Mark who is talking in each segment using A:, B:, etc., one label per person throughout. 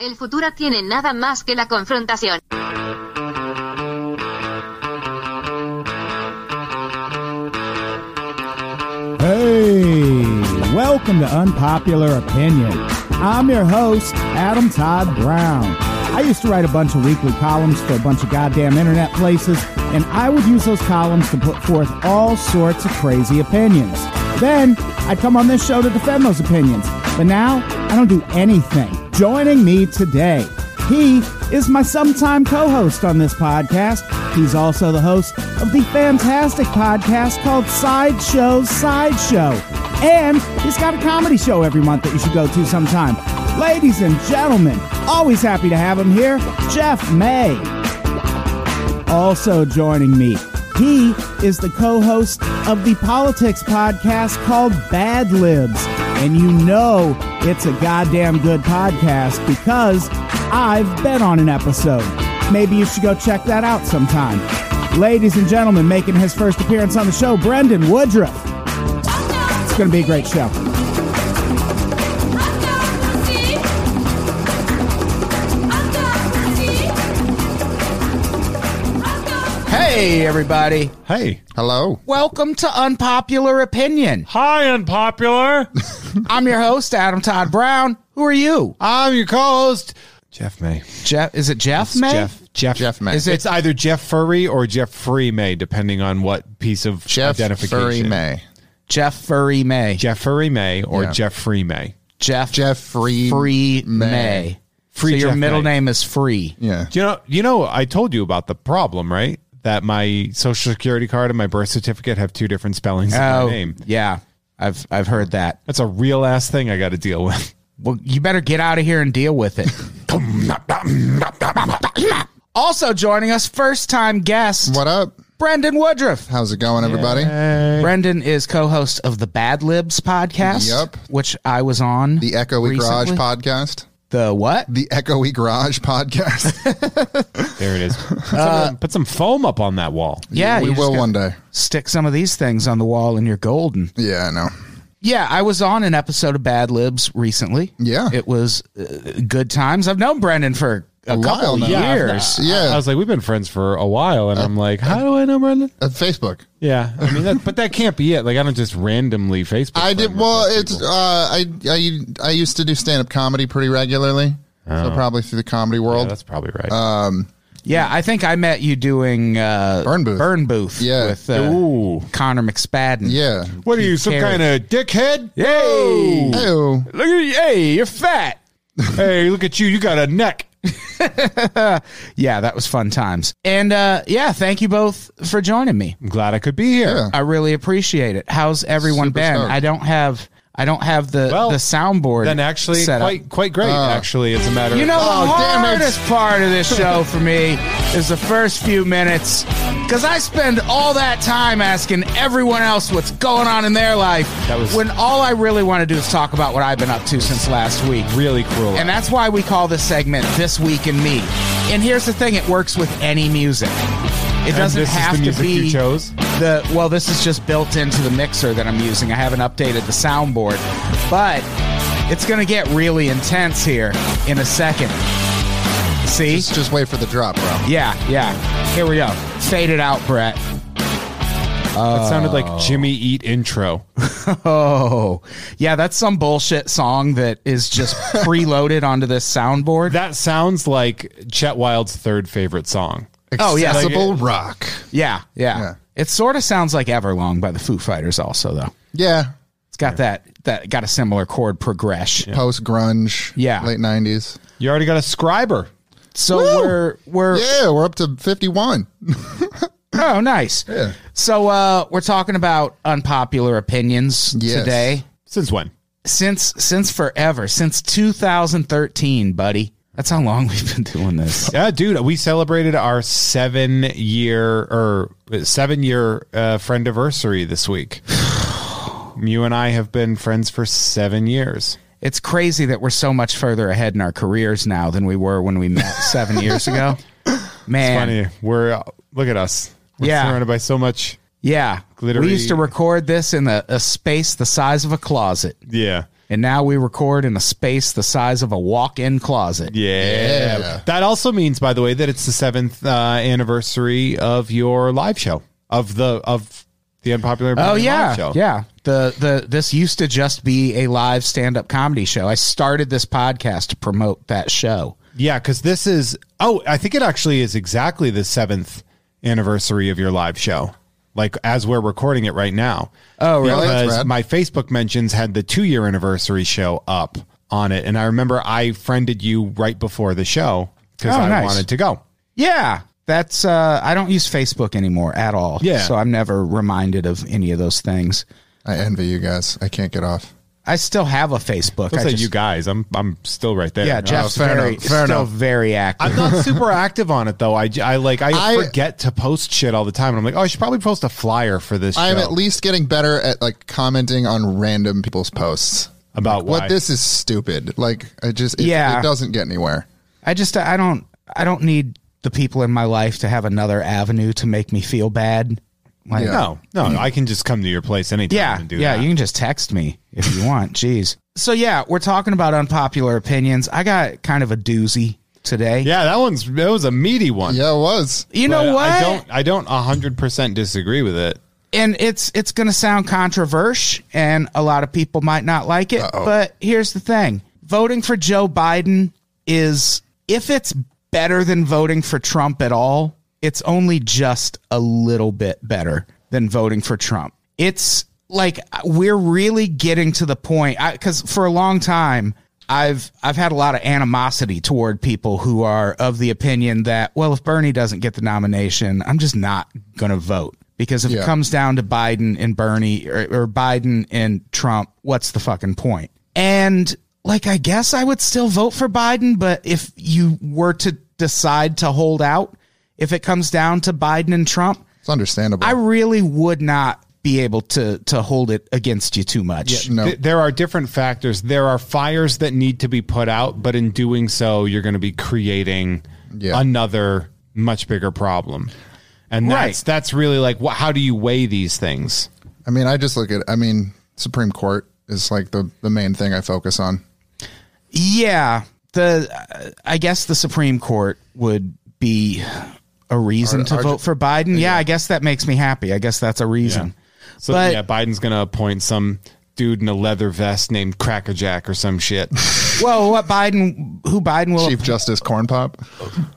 A: El futuro tiene nada más que la confrontación.
B: Hey, welcome to Unpopular Opinion. I'm your host, Adam Todd Brown. I used to write a bunch of weekly columns for a bunch of goddamn internet places, and I would use those columns to put forth all sorts of crazy opinions. Then I'd come on this show to defend those opinions, but now I don't do anything. Joining me today, he is my sometime co host on this podcast. He's also the host of the fantastic podcast called Sideshow Sideshow. And he's got a comedy show every month that you should go to sometime. Ladies and gentlemen, always happy to have him here, Jeff May. Also joining me, he is the co host of the politics podcast called Bad Libs. And you know it's a goddamn good podcast because I've been on an episode. Maybe you should go check that out sometime. Ladies and gentlemen, making his first appearance on the show, Brendan Woodruff. It's going to be a great show. Hey, everybody.
C: Hey.
D: Hello.
B: Welcome to Unpopular Opinion.
C: Hi, unpopular.
B: I'm your host, Adam Todd Brown. Who are you?
C: I'm your co-host, Jeff May.
B: Jeff? Is it Jeff May?
C: Jeff. Jeff.
D: Jeff May.
C: Is it- it's either Jeff Furry or Jeff Free May, depending on what piece of
D: Jeff
C: identification.
D: Furry May.
B: Jeff Furry May.
C: Jeff Furry May or
D: Yeah.
C: Jeff Free May.
B: Jeff.
D: Jeff Free
B: Free May.
C: Free
B: so your
C: Jeff
B: middle
C: May.
B: name is Free.
D: Yeah.
C: You know, you know, I told you about the problem, right? That my social security card and my birth certificate have two different spellings of
B: Oh,
C: my name.
B: yeah. I've I've heard that.
C: That's a real ass thing I got to deal with.
B: Well, you better get out of here and deal with it. also joining us, first time guest,
D: What up?
B: Brendan Woodruff.
D: How's it going, everybody?
B: Brendan is co-host of the Bad Libs podcast.
D: Yep.
B: Which I was on.
D: The Echoey Garage
B: recently.
D: podcast.
B: The what?
D: The Echoey Garage podcast.
C: There it is. Put some,
D: Uh,
C: put some foam up on that wall.
B: Yeah,
D: we
B: you just
D: will
B: gotta
D: one day.
B: Stick some of these things on the wall, and you're golden.
D: Yeah, I know.
B: Yeah, I was on an episode of Bad Libs recently.
D: Yeah.
B: it was uh, good times. I've known Brendan for a,
D: while
B: couple
D: now.
C: Yeah, I've-
B: years.
C: I-
D: Yeah.
C: I was like, we've been friends for a while, and I'm like, how do I know Brendan?
D: Uh, Facebook.
C: Yeah, I mean, that, but that can't be it. Like, I don't just randomly Facebook.
D: I did.
C: friend
D: Well,
C: request
D: it's uh,
C: people.
D: I I I used to do stand up comedy pretty regularly. So probably through the comedy
C: Yeah,
D: world.
C: that's probably right.
B: Uh, Yeah, I think I met you doing uh,
D: Burn Booth.
B: Burn Booth.
D: Yeah.
B: with uh,
C: Ooh.
B: Connor McSpadden.
D: yeah.
C: what are you, some
B: Carey.
C: kind of dickhead?
B: Hey,
D: Ew.
C: Look at you. Hey, you're fat. hey, look at you. You got a neck.
B: yeah, that was fun times. And uh, yeah, thank you both for joining me.
C: I'm glad I could be here.
D: Yeah.
B: I really appreciate it. How's everyone
D: Super
B: been?
D: stoked.
B: I don't have I don't have the
C: Well,
B: the soundboard.
C: Then actually,
B: set up. Uh,
C: quite quite great. actually, it's a matter.
B: You know,
D: Oh,
B: the
D: damn it.
B: hardest part of this show for me is the first few minutes because I spend all that time asking everyone else what's going on in their life
C: That was-
B: when all I really want to do is talk about what I've been up to since last week.
C: really cruel.
B: And that's why we call this segment This Week in Me. And here's the thing it works with any music. It
C: And
B: doesn't
C: this is
B: have
C: the music
B: to be
C: you chose?
B: the well this is just built into the mixer that i'm using i haven't updated the soundboard but it's gonna get really intense here in a second see
D: Just just wait for the drop, bro.
B: yeah yeah here we go fade it out brett
C: that sounded like Jimmy Eat intro.
B: oh yeah that's some bullshit song that is just preloaded onto this soundboard
C: that sounds like Chet Wild's third favorite song.
B: Oh, yeah.
D: Accessible rock.
B: yeah yeah,
D: Yeah.
B: it sort of sounds like everlong by the foo fighters also though
D: Yeah.
B: it's got that that got a similar chord progression
D: Post grunge.
B: Yeah.
D: Late nineties.
C: You already got a scriber.
B: so we're we're
D: Yeah, we're up to fifty one.
B: Oh, nice.
D: Yeah.
B: So uh, we're talking about unpopular opinions
D: Yes.
B: today.
C: Since when?
B: Since since forever, since 2013, buddy. That's how long we've been doing this.
C: Yeah, dude, we celebrated our seven year or seven year uh, friend anniversary this week. you and I have been friends for seven years.
B: It's crazy that we're so much further ahead in our careers now than we were when we met seven years ago. Man,
C: Funny, we're look at us. We're
B: Yeah.
C: surrounded by so much.
B: yeah,
C: Glittery.
B: we used to record this in a, a space the size of a closet,
C: Yeah.
B: and now we record in a space the size of a walk-in closet.
C: Yeah.
D: Yeah.
C: That also means, by the way, that it's the seventh uh, anniversary of your live show of the of the unpopular.
B: Oh
C: Opinion
B: yeah,
C: live show.
B: yeah. The the this used to just be a live stand-up comedy show. I started this podcast to promote that show.
C: yeah. Because this is oh, I think it actually is exactly the seventh anniversary of your live show. Like as we're recording it right now.
B: Oh, really?
D: That's
C: Because
D: rad.
C: my Facebook mentions had the two year anniversary show up on it, and I remember I friended you right before the show because
B: Oh,
C: I
B: nice.
C: wanted to go.
B: Yeah. That's uh I don't use Facebook anymore at all.
C: Yeah.
B: So I'm never reminded of any of those things.
D: I envy you guys. I can't get off.
B: I still have a Facebook.
C: Don't
B: I
C: say
B: just-
C: you Oh, guys. I'm I'm still right there.
B: Yeah, Jeff's
D: fair
B: very,
D: enough, fair
B: still
D: enough.
B: very active.
C: I'm not super active on it though. I, j- I, like I,
D: I-
C: forget to post shit all the time, and I'm like, oh, I should probably post a flyer for this.
D: I'm
C: show.
D: at least getting better at like commenting on random people's posts.
C: About
D: Like, what
C: why?
D: this is stupid. Like I just it,
B: Yeah.
D: it doesn't get anywhere.
B: I just I don't I don't need the people in my life to have another avenue to make me feel bad. Like yeah.
C: no, no, I can just come to your place anytime
B: Mm-hmm. Yeah,
C: and do
B: yeah,
C: that.
B: you can just text me if you want. Jeez. So yeah, we're talking about unpopular opinions. I got kind of a doozy today.
C: yeah, that one's that was a meaty one.
D: Yeah, it was.
B: You
C: But
B: know what?
C: I don't I don't hundred percent disagree with it.
B: and it's it's going to sound controversial and a lot of people might not like it but here's the thing voting for joe biden is if it's better than voting for trump at all it's only just a little bit better than voting for trump it's like we're really getting to the point because for a long time I've I've had a lot of animosity toward people who are of the opinion that well if Bernie doesn't get the nomination I'm just not going to vote because if it
D: Yeah.
B: comes down to Biden and Bernie or, or Biden and Trump what's the fucking point and like I guess I would still vote for Biden but if you were to decide to hold out if it comes down to Biden and Trump
D: It's understandable.
B: I really would not be able to to hold it against you too much
D: no.
C: Th- there are different factors. There are fires that need to be put out, but in doing so, you're going to be creating
D: Yeah.
C: another much bigger problem. And
B: Right.
C: that's that's really like wh- how do you weigh these things?
D: I mean, I just look at I mean, Supreme Court is like the the main thing I focus on.
B: Yeah, the uh, I guess the Supreme Court would be a reason to vote for Biden. Yeah, I guess that makes me happy. I guess that's a reason.
C: So
B: But-
C: yeah, Biden's gonna appoint some dude in a leather vest named Crackerjack or some shit.
B: Well, what Biden who Biden will
D: Chief Justice Corn Pop.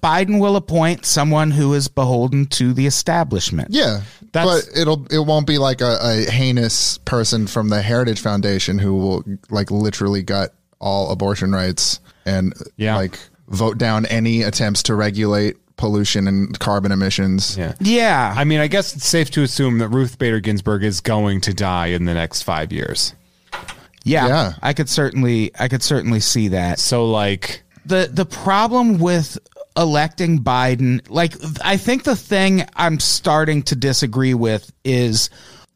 B: Biden will appoint someone who is beholden to the establishment.
D: Yeah,
C: That's-
D: but it'll it won't be like a, a heinous person from the Heritage Foundation who will like literally gut all abortion rights and
C: Yeah.
D: like vote down any attempts to regulate pollution and carbon emissions.
C: yeah.
B: Yeah.
C: I mean, I guess it's safe to assume that Ruth Bader Ginsburg is going to die in the next five years.
B: yeah.
D: Yeah.
B: I could certainly I could certainly see that.
C: So like
B: the the problem with electing Biden, like I think the thing I'm starting to disagree with is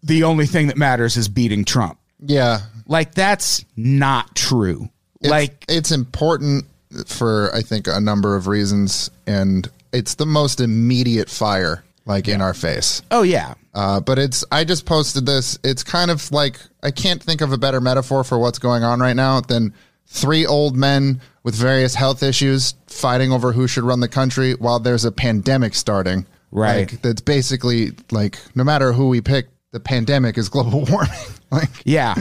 B: the only thing that matters is beating Trump.
D: Yeah,
B: Like that's not true.
D: It's-
B: like
D: it's important for I think a number of reasons, and it's the most immediate fire like in our face.
B: oh yeah.
D: Uh, but it's I just posted this. It's kind of like I can't think of a better metaphor for what's going on right now than three old men with various health issues fighting over who should run the country while there's a pandemic starting.
B: Right.
D: Like, that's basically like no matter who we pick, the pandemic is global warming. like
B: Yeah.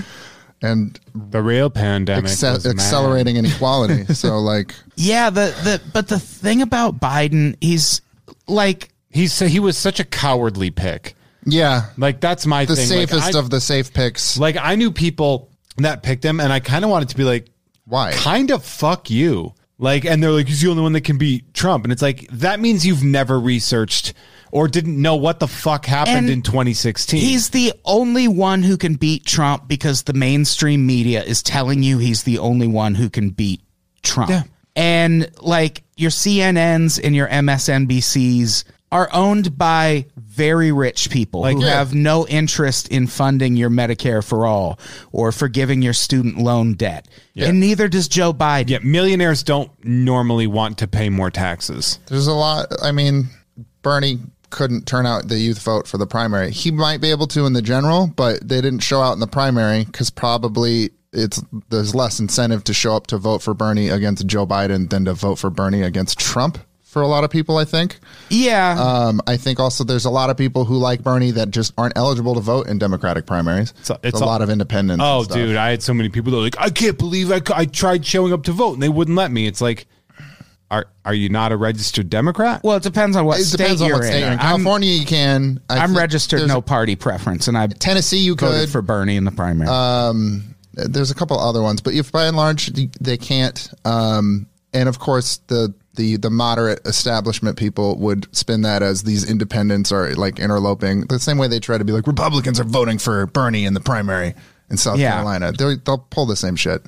D: and
C: the real pandemic
D: acce-
C: was mad.
D: accelerating inequality. so like
B: Yeah, the the but the thing about Biden, he's like
C: He's he was such a cowardly pick.
D: yeah,
C: Like that's my
D: the
C: thing. Like,
D: safest
C: I-
D: of the safe picks.
C: Like I knew people that picked him, and I kind of wanted to be like,
D: Why?
C: Kind of fuck you. Like, and they're like, he's the only one that can beat Trump, and it's like that means you've never researched or didn't know what the fuck happened
B: And
C: in 2016.
B: He's the only one who can beat Trump because the mainstream media is telling you he's the only one who can beat Trump. and like your CNNs and your MSNBCs are owned by very rich people who
D: Yeah.
B: have no interest in funding your Medicare for all or forgiving your student loan debt. And neither does Joe Biden.
C: Yeah, millionaires don't normally want to pay more taxes.
D: There's a lot. I mean, Bernie couldn't turn out the youth vote for the primary. He might be able to in the general, but they didn't show out in the primary because probably it's there's less incentive to show up to vote for Bernie against Joe Biden than to vote for Bernie against Trump for a lot of people. I think.
B: Yeah.
D: Um, I think also there's a lot of people who like Bernie that just aren't eligible to vote in Democratic primaries. It's a,
C: it's a-
D: lot of independents. and
C: Oh,
D: stuff.
C: dude, I had so many people that were like, I can't believe I, c- I tried showing up to vote and they wouldn't let me. It's like, are are you not a registered Democrat?
B: well, it depends on what
D: It
B: state
D: depends on
B: you're
D: what state
B: in.
D: you're in.
B: I'm,
D: California, you can. I
B: I'm
D: think
B: registered
D: there's-
B: no party preference, and I
D: Tennessee, you
B: voted
D: could.
B: for Bernie in the primary.
D: there's a couple other ones, but if by and large th- they can't, um, and of course the the the moderate establishment people would spin that as these independents are like interloping the same way they try to be like Republicans are voting for Bernie in the primary in South
B: Yeah.
D: Carolina. They'll, they'll pull the same shit.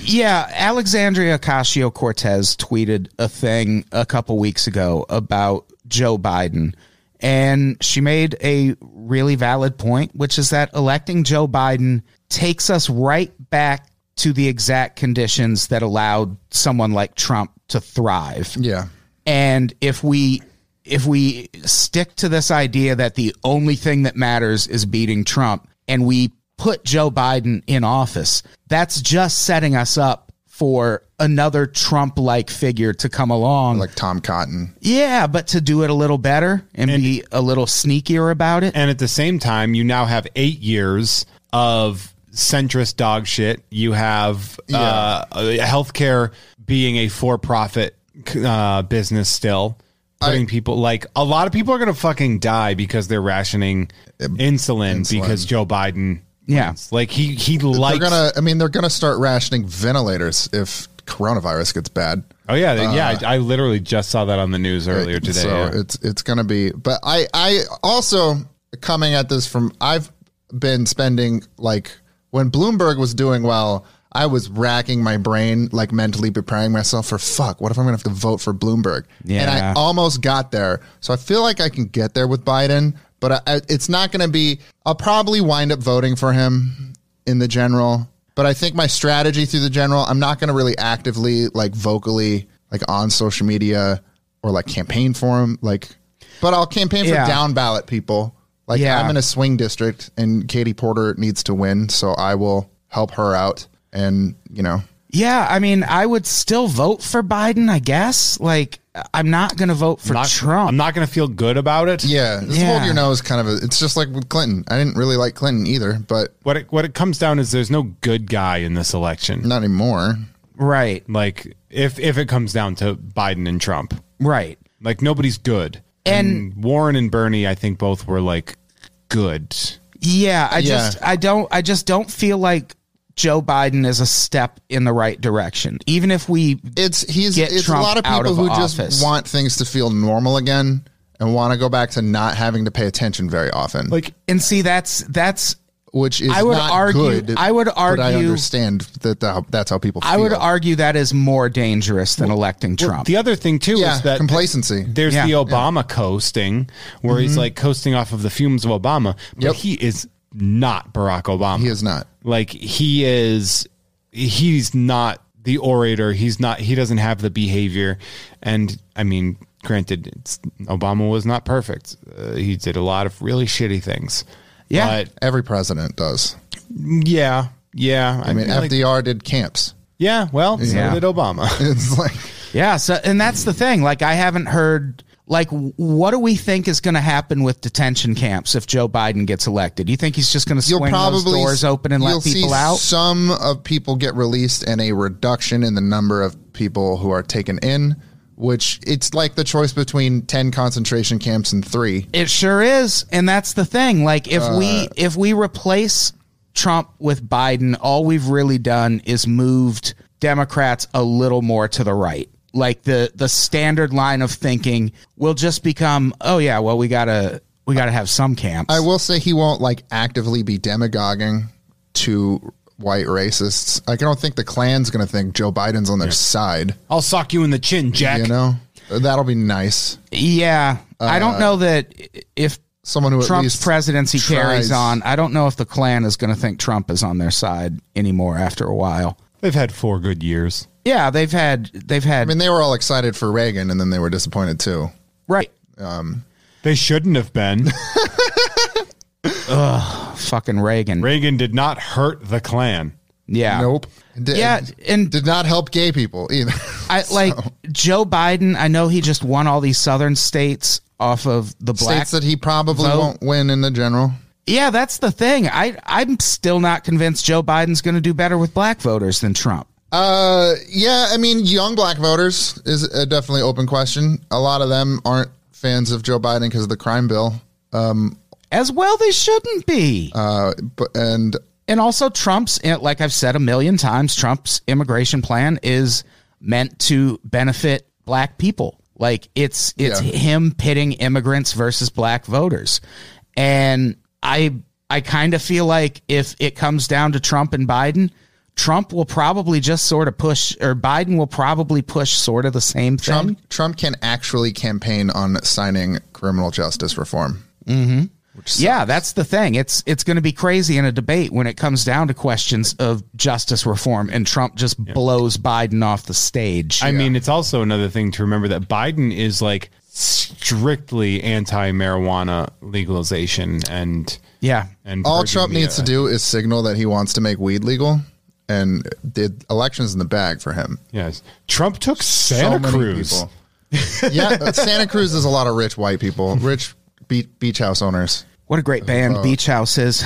B: Yeah, Alexandria Ocasio Cortez tweeted a thing a couple weeks ago about Joe Biden. And she made a really valid point, which is that electing Joe Biden takes us right back to the exact conditions that allowed someone like Trump to thrive.
D: Yeah,
B: And if we if we stick to this idea that the only thing that matters is beating Trump and we put Joe Biden in office, that's just setting us up for another Trump like figure to come along.
D: like Tom Cotton.
B: yeah, but to do it a little better and, be a little sneakier about it.
C: And at the same time, you now have eight years of centrist dog shit. You have uh, healthcare being a for profit uh, business still. Putting people like a lot of people are going to fucking die because they're rationing insulin, because Joe Biden.
B: Yeah.
C: wins. Like he he likes.
D: they're gonna. I mean, they're gonna start rationing ventilators if coronavirus gets bad.
C: oh yeah, they- yeah. I, I literally just saw that on the news earlier today.
D: Uh, So
C: yeah.
D: it's it's gonna be. But I I also coming at this from I've been spending like when Bloomberg was doing well. I was racking my brain, like mentally preparing myself for fuck. What if I'm gonna have to vote for Bloomberg? And I
B: Yeah.
D: almost got there, so I feel like I can get there with Biden. But I, I- it's not gonna be. I'll probably wind up voting for him in the general. But I think my strategy through the general, I'm not gonna really actively, like vocally, like on social media or like campaign for him. Like, but I'll campaign for
B: Yeah.
D: down ballot people. Like
B: Yeah.
D: I'm in a swing district, and Katie Porter needs to win, so I will help her out. And you know,
B: Yeah, I mean, I would still vote for Biden, I guess. Like, I'm not going to vote for
C: Not-
B: Trump.
C: I'm not going to feel good about it.
D: yeah, this
B: Yeah.
D: hold your nose kind of. A, it's just like with Clinton. I didn't really like Clinton either, but
C: What it, what it comes down is there's no good guy in this election.
D: not anymore.
B: right,
C: Like if if it comes down to Biden and Trump,
B: right.
C: like nobody's good.
B: And-
C: Warren and Bernie, I think both were like good.
B: Yeah, I just
D: Yeah.
B: I don't I just don't feel like Joe Biden is a step in the right direction. Even if we
D: It's he's
B: Get
D: it's
B: Trump
D: a lot of
B: out
D: people
B: of
D: who
B: office.
D: just want things to feel normal again and want to go back to not having to pay attention very often.
C: Like
B: and see that's that's
D: which is
B: I would
D: not
B: argue-
D: good,
B: I would
D: But I
B: argue-
D: understand that the, that's how people. Feel.
B: I would argue that is more dangerous than electing Trump.
C: the other thing too
D: Yeah,
C: is that
D: complacency.
C: There's
B: Yeah.
C: the Obama coasting, where he's like coasting off of the fumes of Obama, but
D: Mm-hmm. Yep.
C: he is not Barack Obama.
D: He is not.
C: like he is. He's not the orator. He's not. He doesn't have the behavior. And I mean, granted, it's, Obama was not perfect. Uh, he did a lot of really shitty things.
B: Yeah.
C: But
D: Every president does.
C: Yeah, yeah.
D: I mean,
C: like-
D: FDR did camps.
C: yeah. Well,
B: Yeah.
C: so did Obama.
D: It's like
B: yeah, so and that's the thing. Like I haven't heard like what do we think is going to happen with detention camps if Joe Biden gets elected? You think he's just going to
D: you'll
B: swing
D: probably
B: those doors open and
D: you'll
B: let
D: see
B: people out?
D: Some of people get released, and a reduction in the number of people who are taken in. Which it's like the choice between ten concentration camps and three.
B: It sure is, and that's the thing. Like if we if we replace Trump with Biden, all we've really done is moved Democrats a little more to the right. Like the the standard line of thinking will just become, oh yeah, well we gotta we gotta have some camps.
D: I will say he won't like actively be demagoguing to white racists. Like, I don't think the Klan's going to think Joe Biden's on their side.
C: I'll sock you in the chin, Jack.
D: You know, that'll be nice.
B: Yeah. I don't know that i- if
D: Someone who Uh, at
B: Trump's
D: least
B: presidency carries
D: tries.
B: on, I don't know if the Klan is going to think Trump is on their side anymore after a while.
C: They've had four good years.
B: Yeah, they've had they've had
D: I mean, they were all excited for Reagan, and then they were disappointed too.
B: right
C: They shouldn't have been.
B: fucking Reagan.
C: Reagan did not hurt the Klan.
B: yeah.
D: Nope. Did,
B: Yeah, and
D: did not help gay people either.
B: I like Joe Biden, I know he just won all these southern states off of the black
D: States that he probably
B: vote.
D: won't win in the general.
B: Yeah, that's the thing. I I'm still not convinced Joe Biden's going to do better with black voters than Trump.
D: Uh, yeah, I mean, young black voters is a definitely open question. A lot of them aren't fans of Joe Biden because of the crime bill. Um,
B: As well, they shouldn't be.
D: Uh, but and
B: and also, Trump's eh, like I've said a million times, Trump's immigration plan is meant to benefit black people. Like it's it's
D: Yeah.
B: him pitting immigrants versus black voters, and I I kind of feel like if it comes down to Trump and Biden. Trump will probably just sort of push, or Biden will probably push sort of the same thing.
D: Trump Trump can actually campaign on signing criminal justice reform.
B: Yeah, that's the thing. It's it's going to be crazy in a debate when it comes down to questions of justice reform, and Trump just blows Biden off the stage.
C: I mean, it's also another thing to remember that Biden is like strictly anti-marijuana legalization and
B: yeah,
C: and
D: All
C: purging
D: Trump
C: the,
D: needs
C: uh,
D: to do is signal that he wants to make weed legal, and the elections in the bag for him.
C: Yes, Trump took
D: So
C: Santa
D: many
C: Cruz.
D: people. yeah, uh, Santa Cruz is a lot of rich white people, rich be- beach house owners.
B: what a great band
C: Uh,
B: Beach House is.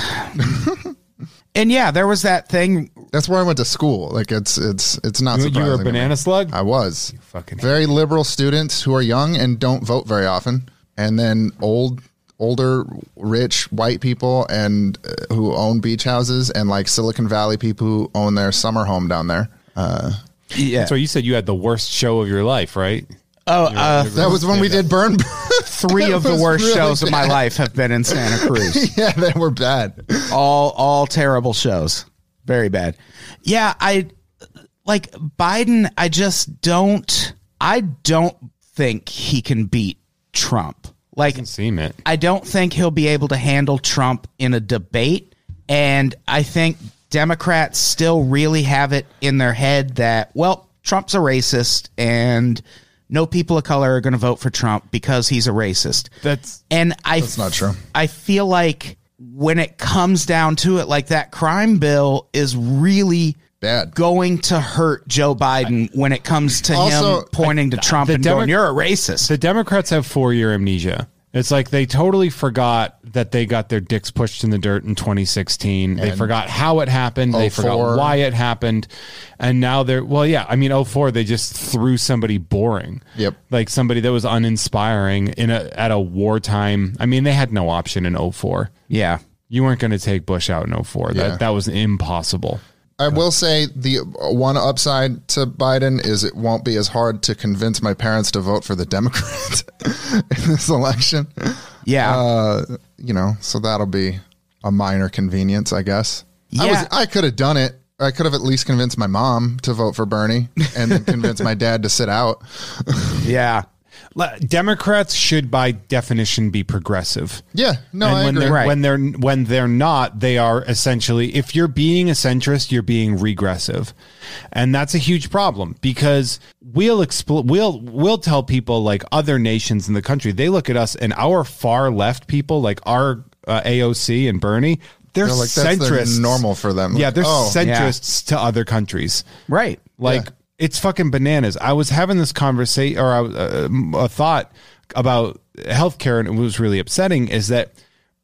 B: and yeah, there was that thing.
D: That's where I went to school. Like it's it's it's not.
C: You, you were a
D: surprising to me.
C: banana slug.
D: I was.
C: fucking
D: very liberal students who are young and don't vote very often, and then old, older, rich white people and uh, who own beach houses and like Silicon Valley people who own their summer home down there. Uh,
B: Yeah,
C: So you said you had the worst show of your life, right?
B: oh, uh,
D: that was when we did burn.
B: three of the
D: was
B: worst
D: really
B: shows of my life have been in Santa Cruz.
D: yeah, they were bad.
B: all all terrible shows very bad yeah i like biden i just don't i don't think he can beat trump like
C: Didn't seem it.
B: i don't think he'll be able to handle trump in a debate and i think democrats still really have it in their head that well trump's a racist and no people of color are going to vote for trump because he's a racist
C: That's
B: and I
D: That's not true.
B: I feel like when it comes down to it, like that crime bill is really
D: Bad.
B: going to hurt Joe Biden when it comes to
D: Also,
B: him pointing to Trump
C: the
B: and
C: Demo-
B: going, "You're a racist."
C: the Democrats have four-year amnesia. It's like they totally forgot that they got their dicks pushed in the dirt in 2016. they forgot how it happened. They forgot
D: 04.
C: why it happened. And now they're, well, yeah, I mean, 04, they just threw somebody boring.
D: Yep.
C: Like somebody that was uninspiring in a, at a wartime. I mean, they had no option in 04.
B: yeah,
C: You weren't going to take Bush out in 04.
D: Yeah.
C: That, that was impossible.
D: I will say the one upside to Biden is it won't be as hard to convince my parents to vote for the Democrats in this election.
B: yeah.
D: Uh, you know, so that'll be a minor convenience, I guess. I was
B: Yeah.
D: I could have done it. I could have at least convinced my mom to vote for Bernie and then convince my dad to sit out.
B: yeah.
C: Le- Democrats should, by definition, be progressive.
D: Yeah, no,
C: and
D: I
C: when
D: agree.
C: they're
B: Right.
C: when they're when they're not, they are essentially if you're being a centrist, you're being regressive, and that's a huge problem because we'll expl- we'll we'll tell people like other nations in the country they look at us and our far left people like our uh, AOC and Bernie they're,
D: They're like, that's the
C: centrists
D: normal for them.
C: yeah
D: Like,
C: they're
D: oh.
C: centrists to other countries
B: Right.
C: like it's fucking bananas. I was having this conversation or I was- uh, um, a thought about healthcare, and it was really upsetting. Is that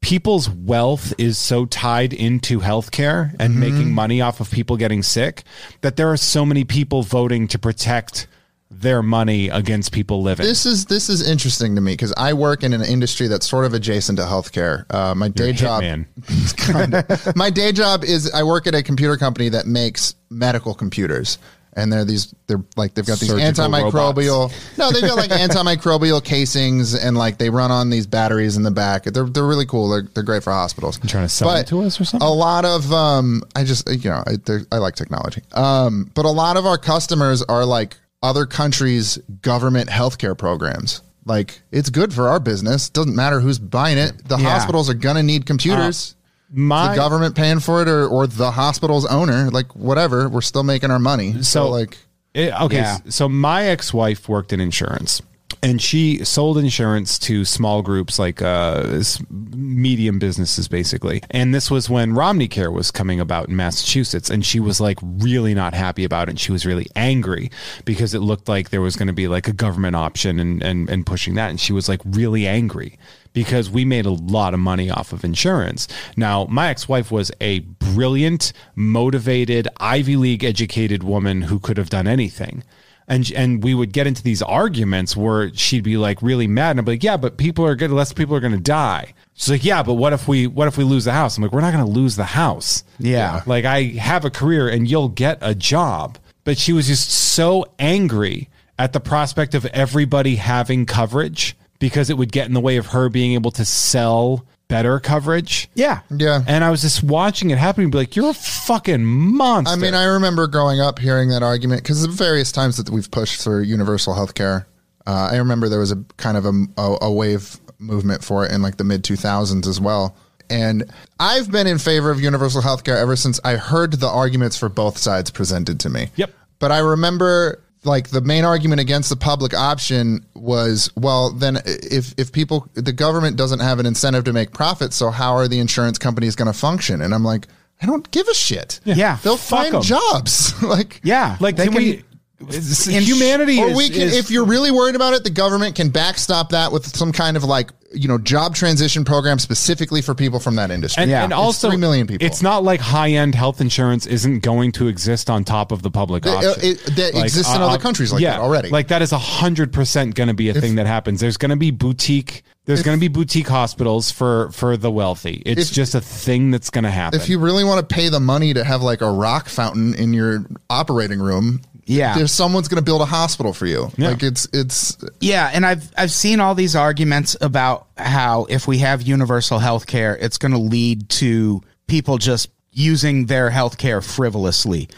C: people's wealth is so tied into healthcare and
D: Mm-hmm.
C: making money off of people getting sick that there are so many people voting to protect their money against people living.
D: This is this is interesting to me because I work in an industry that's sort of adjacent to healthcare. Uh, my day job,
C: Hitman.
D: my day job is I work at a computer company that makes medical computers. and they're these they're like they've got these
C: Surgical
D: antimicrobial. No, they've got like antimicrobial casings and like they run on these batteries in the back. They're they're really cool. They're they're great for hospitals.
C: trying to sell them to us or something?
D: A lot of um, I just you know I, there- I like technology. Um, but a lot of our customers are like other countries' government healthcare programs. Like it's good for our business. Doesn't matter who's buying it. The
B: Yeah.
D: hospitals are gonna need computers
C: My
D: the government paying for it or, or the hospital's owner, like whatever, we're still making our money. So,
C: So-
D: like,
C: It- okay,
B: Yeah.
C: s- so my ex-wife worked in insurance, and she sold insurance to small groups like uh, s- medium businesses, basically. And this was when Romney Care was coming about in Massachusetts, and she was like really not happy about it. And she was really angry because it looked like there was going to be like a government option and and and pushing that, and she was like really angry because we made a lot of money off of insurance. Now, my ex wife was a brilliant, motivated, Ivy League educated woman who could have done anything. And, and we would get into these arguments where she'd be like really mad and I'd be like, yeah, but people are good. Less people are going to die. She's like, yeah, but what if we, what if we lose the house? I'm like, we're not going to lose the house.
B: Yeah.
C: Like I have a career and you'll get a job. But she was just so angry at the prospect of everybody having coverage because it would get in the way of her being able to sell better coverage.
B: Yeah.
D: yeah.
C: And I was just watching it happen and be like, you're a fucking monster.
D: I mean, I remember growing up hearing that argument because of various times that we've pushed for universal health care. Uh, I remember there was a kind of a, a, a wave movement for it in like the mid 2000s as well. And I've been in favor of universal health care ever since I heard the arguments for both sides presented to me.
C: Yep.
D: But I remember like the main argument against the public option was well then if if people the government doesn't have an incentive to make profit so how are the insurance companies going to function and I'm like I don't give a shit.
B: Yeah.
D: They'll
C: Fuck
D: find
C: 'em.
D: jobs. like
B: Yeah.
C: like,
B: they
C: can, we, it's- humanity
D: or
C: is-
D: we can
C: is-
D: if you're really worried about it, the government can backstop that with some kind of like, you know, job transition program specifically for people from that industry.
C: and,
B: Yeah.
C: and
B: It's
C: also,
D: three million people.
C: It's not like high end health insurance isn't going to exist on top of the public option. uh,
D: it- that exists in other countries like that already.
C: Like that is hundred percent going to be a thing that happens. There's going to be boutique. There's going to be boutique hospitals for for the wealthy. It's
D: If-
C: just a thing that's going to happen.
D: if you really want to pay the money to have like a rock fountain in your operating room,
B: Yeah.
D: there's someone's going to build a hospital for you.
C: Yeah.
D: Like it's it's
B: Yeah, and I've I've seen all these arguments about how if we have universal health care, it's going to lead to people just using their health care frivolously.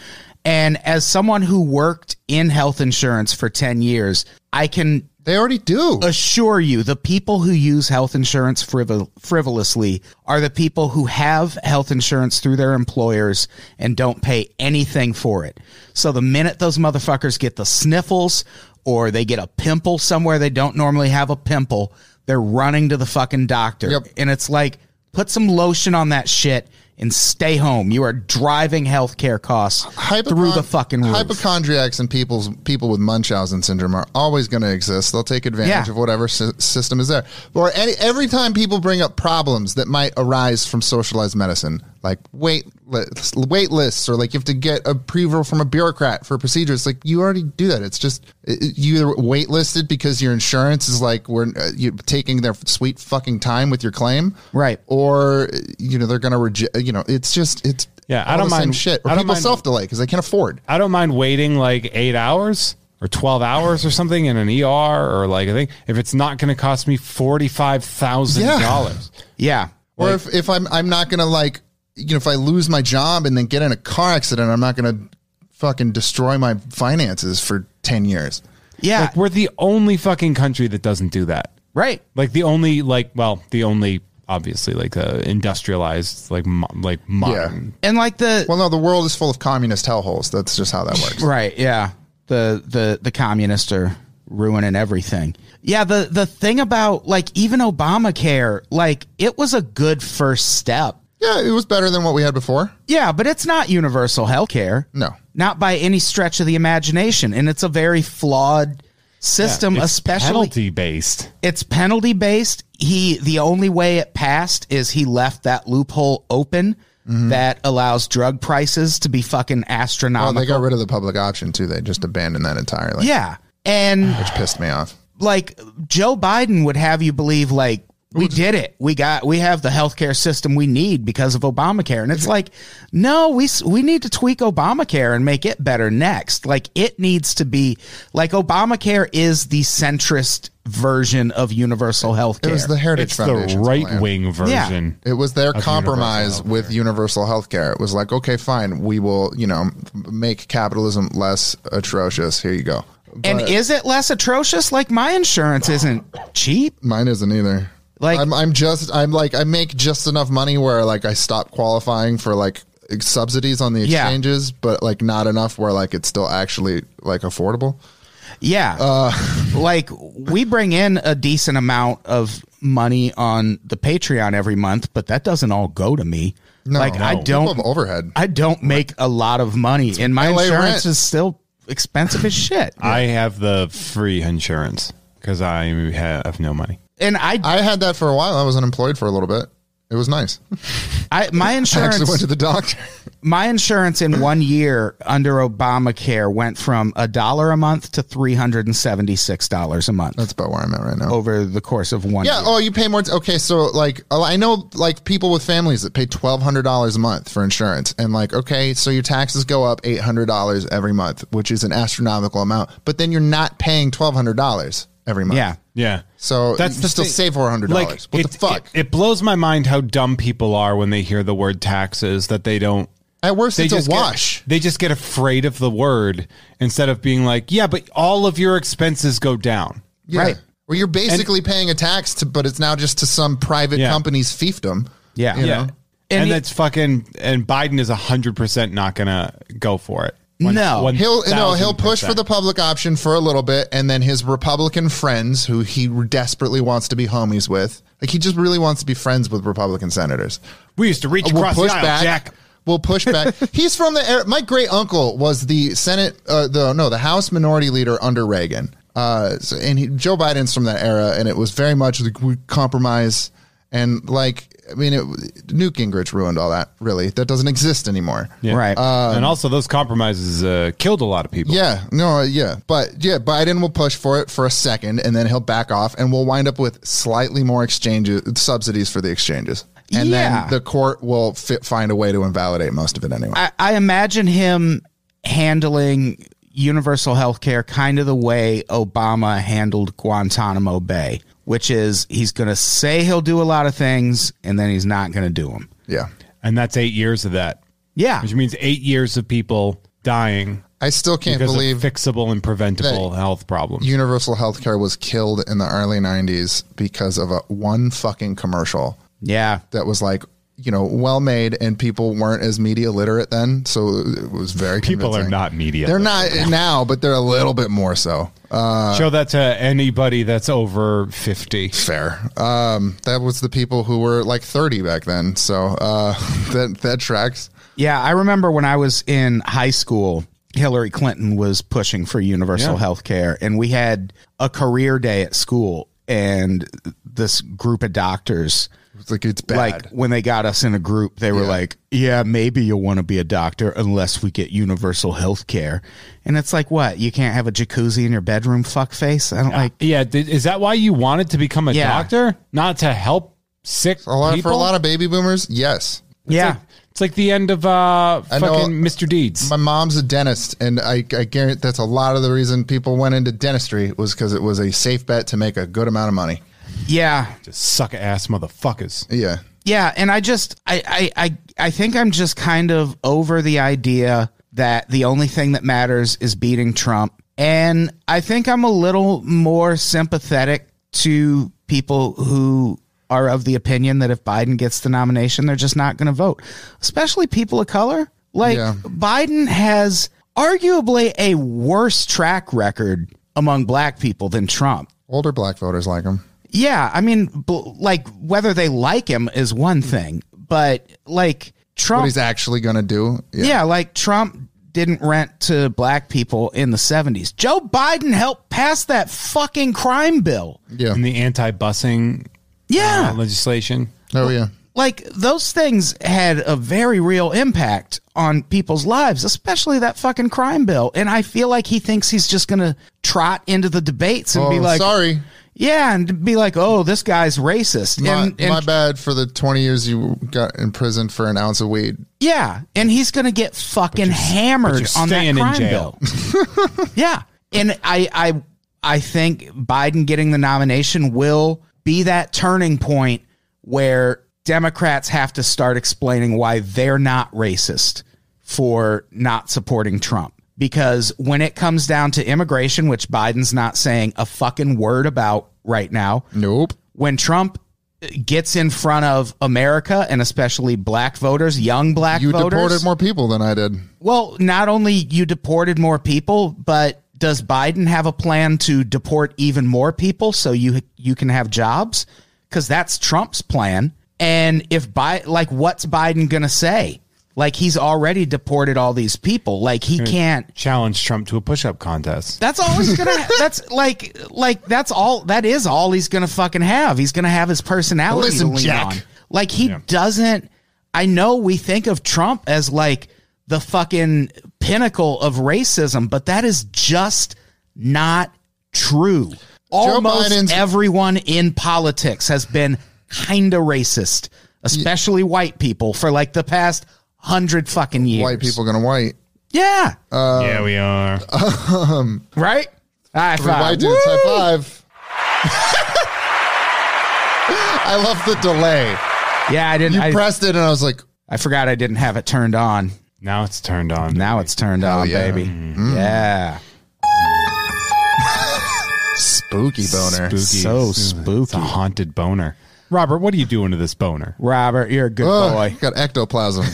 B: And as someone who worked in health insurance for 10 years, I can
D: they already do.
B: assure you the people who use health insurance frivol- frivolously are the people who have health insurance through their employers and don't pay anything for it. So the minute those motherfuckers get the sniffles or they get a pimple somewhere they don't normally have a pimple, they're running to the fucking doctor.
D: Yep.
B: And it's like, put some lotion on that shit and stay home. You are driving healthcare costs through
D: Hypochon-
B: the fucking roof.
D: Hypochondriacs and people's people with Munchausen syndrome are always going to exist. They'll take advantage
B: Yeah.
D: of whatever sy- system is there. Or any, every time people bring up problems that might arise from socialized medicine, like wait li- wait lists, or like you have to get approval from a bureaucrat for procedures, like you already do that. It's just i- i- you either wait listed because your insurance is like we're uh, you taking their sweet fucking time with your claim,
B: Right.
D: Or you know they're going to reject. You know, it's just it's.
C: Yeah, I
D: all
C: don't
D: the same
C: mind-
D: shit. Or
C: I don't
D: people
C: mind-
D: self delay because they can't afford.
C: I don't mind waiting like eight hours or 12 hours or something in an ER or like I think if it's not going to cost me $45,000.
B: yeah.
D: Or if, if I'm I'm not gonna like you know if I lose my job and then get in a car accident, I'm not gonna fucking destroy my finances for ten years.
B: Yeah.
C: Like we're the only fucking country that doesn't do that.
B: right.
C: Like the only like well, the only obviously like uh, industrialized like mo- like modern
B: And like the
D: Well, no, the world is full of communist hellholes. That's just how that works.
B: Right. Yeah. The the the communists are ruining everything. Yeah. The the thing about like even Obamacare, like it was a good first step.
D: yeah, it was better than what we had before.
B: Yeah, but it's not universal health care.
D: No.
B: Not by any stretch of the imagination, and it's a very flawed system,
C: It's
B: especially
C: penalty based.
B: it's penalty based. He the only way it passed is he left that loophole open that allows drug prices to be fucking
D: Well,
B: astronomical.
D: they got rid of the public option too. They just abandoned that entirely.
B: yeah. And
D: which pissed me off.
B: like Joe Biden would have you believe like we did it. We got we have the healthcare system we need because of Obamacare. And it's like, no, we s- we need to tweak Obamacare and make it better next. Like it needs to be like Obamacare is the centrist version of universal healthcare.
D: It was the Heritage
C: It's the
D: Foundation.
C: right wing version.
D: It was their
C: of
D: compromise
C: universal
D: with universal health care. It was like, okay, fine, we will, you know, make capitalism less atrocious. Here you go.
B: and is it less atrocious? Like my insurance isn't cheap.
D: Mine isn't either.
B: Like-
D: I'm, I'm just, I'm like, I make just enough money where like I stop qualifying for like subsidies on the
B: Yeah.
D: exchanges, but like not enough where like it's still actually like affordable.
B: Yeah.
D: Uh,
B: like we bring in a decent amount of money on the Patreon every month, but that doesn't all go to me. like I
D: People have
B: don't
D: overhead.
B: I don't make a lot of money and my
D: LA
B: insurance
D: rent.
B: is still expensive as shit.
C: I have the free insurance because I have no money.
B: And I, I,
D: I had that for a while. I was unemployed for a little bit. It was nice.
B: my
D: I actually went
B: insurance
D: to the doctor.
B: my insurance in one year under Obamacare went from a dollar a month to three hundred and seventy six dollars a month
D: That's about where I'm at right now.
C: Oh,
B: over the course of one
D: Yeah.
B: year.
D: Oh, you pay more. T- okay, so like oh, I know like people with families that pay twelve hundred dollars a month for insurance, and like okay, so your taxes go up eight hundred dollars every month, which is an astronomical amount. But then you're not paying twelve hundred dollars every month.
B: Yeah.
C: Yeah.
D: So
C: that's
D: you
C: the
D: still
C: thing.
D: save four hundred dollars. what
C: Like, it,
D: the fuck?
C: It, it blows my mind how dumb people are when they hear the word taxes that they don't.
D: At worst,
C: They
D: it's a
C: just get-
D: wash.
C: they just get afraid of the word instead of being like, yeah, but all of your expenses go down.
D: Yeah.
B: Right.
D: Well, you're basically paying a tax, to, but it's now just to some private
C: Yeah.
D: company's fiefdom.
B: Yeah.
D: You
C: Yeah.
D: know?
C: And,
B: And he-
C: that's fucking. And Biden is hundred percent not gonna go for it. One-
B: No.
C: one
D: He'll no, he'll push for
C: thousand
D: the
C: percent.
D: public option for a little bit, and then his Republican friends, who he desperately wants to be homies with, like he just really wants to be friends with Republican senators.
C: We used to reach
D: We'll
C: across
D: push
C: the aisle,
D: back.
C: Jack.
D: We'll push back. He's from the era. My great uncle was the Senate, uh, the no, the House Minority Leader under Reagan, uh, so- and he, Joe Biden's from that era, and it was very much the g- compromise and like. I mean, it, Newt Gingrich ruined all that. Really, that doesn't exist anymore.
C: Yeah.
B: Right.
C: and also, those compromises uh, killed a lot of people.
D: Um, Yeah, no, uh, yeah, but yeah, Biden will push for it for a second, and then he'll back off, and we'll wind up with slightly more exchanges subsidies for the exchanges, and
B: Yeah.
D: then the court will fit, find a way to invalidate most of it anyway.
B: I, I imagine him handling universal health care kind of the way Obama handled Guantanamo Bay, which is he's going to say he'll do a lot of things and then he's not going to do them.
D: yeah,
C: and that's eight years of that,
B: Yeah.
C: which means eight years of people dying
D: I still can't
C: because
D: believe
C: of fixable and preventable health problems.
D: universal health care was killed in the early '90s because of a one fucking commercial
B: Yeah.
D: that was like. You know, well made, and people weren't as media literate then, so it was very.
C: People are
D: convincing.
C: not media.
D: They're not now, but they're a little bit more so. Uh,
C: Show that to anybody that's over fifty.
D: Fair. Um, that was the people who were like 30 back then. So uh, that that tracks.
B: Yeah. I remember when I was in high school, Hillary Clinton was pushing for universal
C: Yeah.
B: health care, and we had a career day at school, and this group of doctors.
D: It's like it's bad.
B: like when they got us in a group they were
D: Yeah.
B: like yeah maybe you'll want to be a doctor unless we get universal health care and it's like what you can't have a jacuzzi in your bedroom fuck face i don't like
C: Yeah, th- is that why you wanted to become a
B: Yeah.
C: doctor? Not to help sick
D: a lot
C: people.
D: for a lot of baby boomers. Yes.
B: yeah
C: it's like the end of uh,
D: I
C: fucking
D: know-
C: Mr. Deeds.
D: My mom's a dentist, and I, I guarantee that's a lot of the reason people went into dentistry was because it was a safe bet to make a good amount of money.
B: yeah
C: Just suck ass motherfuckers.
D: Yeah.
B: yeah and i just I, I i i think i'm just kind of over the idea that the only thing that matters is beating trump and i think i'm a little more sympathetic to people who are of the opinion that if biden gets the nomination they're just not going to vote especially people of color like
D: Yeah.
B: biden has arguably a worse track record among black people than trump
D: Older black voters like them.
B: yeah, I mean, bl- like whether they like him is one thing, but like
D: Hmm. What
B: Trump,
D: he's actually going to do.
B: yeah. like Trump didn't rent to black people in the '70s. Joe Biden helped pass that fucking crime bill.
D: Yeah.
C: And the anti-busing
B: Yeah,
C: uh, legislation.
D: Oh, yeah.
B: like those things had a very real impact on people's lives, especially that fucking crime bill. And I feel like he thinks he's just gonna trot into the debates and
D: Oh,
B: be like,
D: sorry.
B: Yeah, and to be like, oh, this guy's racist.
D: My,
B: and, and-
D: my bad for the 20 years you got in prison for an ounce of weed.
B: Yeah, and he's going to get fucking hammered
C: you're
B: on
C: staying
B: that crime
C: in jail.
B: bill. yeah, and I, I, I think Biden getting the nomination will be that turning point where Democrats have to start explaining why they're not racist for not supporting Trump. Because when it comes down to immigration, which Biden's not saying a fucking word about right now,
D: Nope.
B: when Trump gets in front of America and especially black voters, young black
D: You
B: voters,
D: deported more people than I did.
B: well, not only you deported more people, but does Biden have a plan to deport even more people so you you can have jobs? Because that's Trump's plan. And if Bi- like, what's Biden gonna say? Like he's already deported all these people. Like he can't.
C: Challenge Trump to a push-up contest.
B: That's all he's gonna. that's like, like that's all. That is all he's gonna fucking have. He's gonna have his personality.
D: Listen,
B: to lean
D: Jack.
B: on. Like he doesn't. I know we think of Trump as like the fucking pinnacle of racism, but that is just not true. Almost
D: Biden's-
B: everyone in politics has been kind of racist, especially white people, for like the past hundred fucking years.
D: White people gonna white.
B: yeah,
D: Uh,
C: yeah, we are.
B: right. High
D: Three
B: five.
D: white dudes,
B: Woo!
D: high five. I love the delay.
B: Yeah, I didn't.
D: You
B: I,
D: pressed it and I was like,
B: I forgot I didn't have it turned on.
C: now it's turned on.
B: Now it's turned on,
D: yeah.
B: baby. Yeah.
D: spooky boner.
B: So spooky.
C: It's a haunted boner. Robert, what are you doing to this boner?
B: Robert, you're a good
C: Oh,
D: Ugh,
B: boy.
D: Got ectoplasm.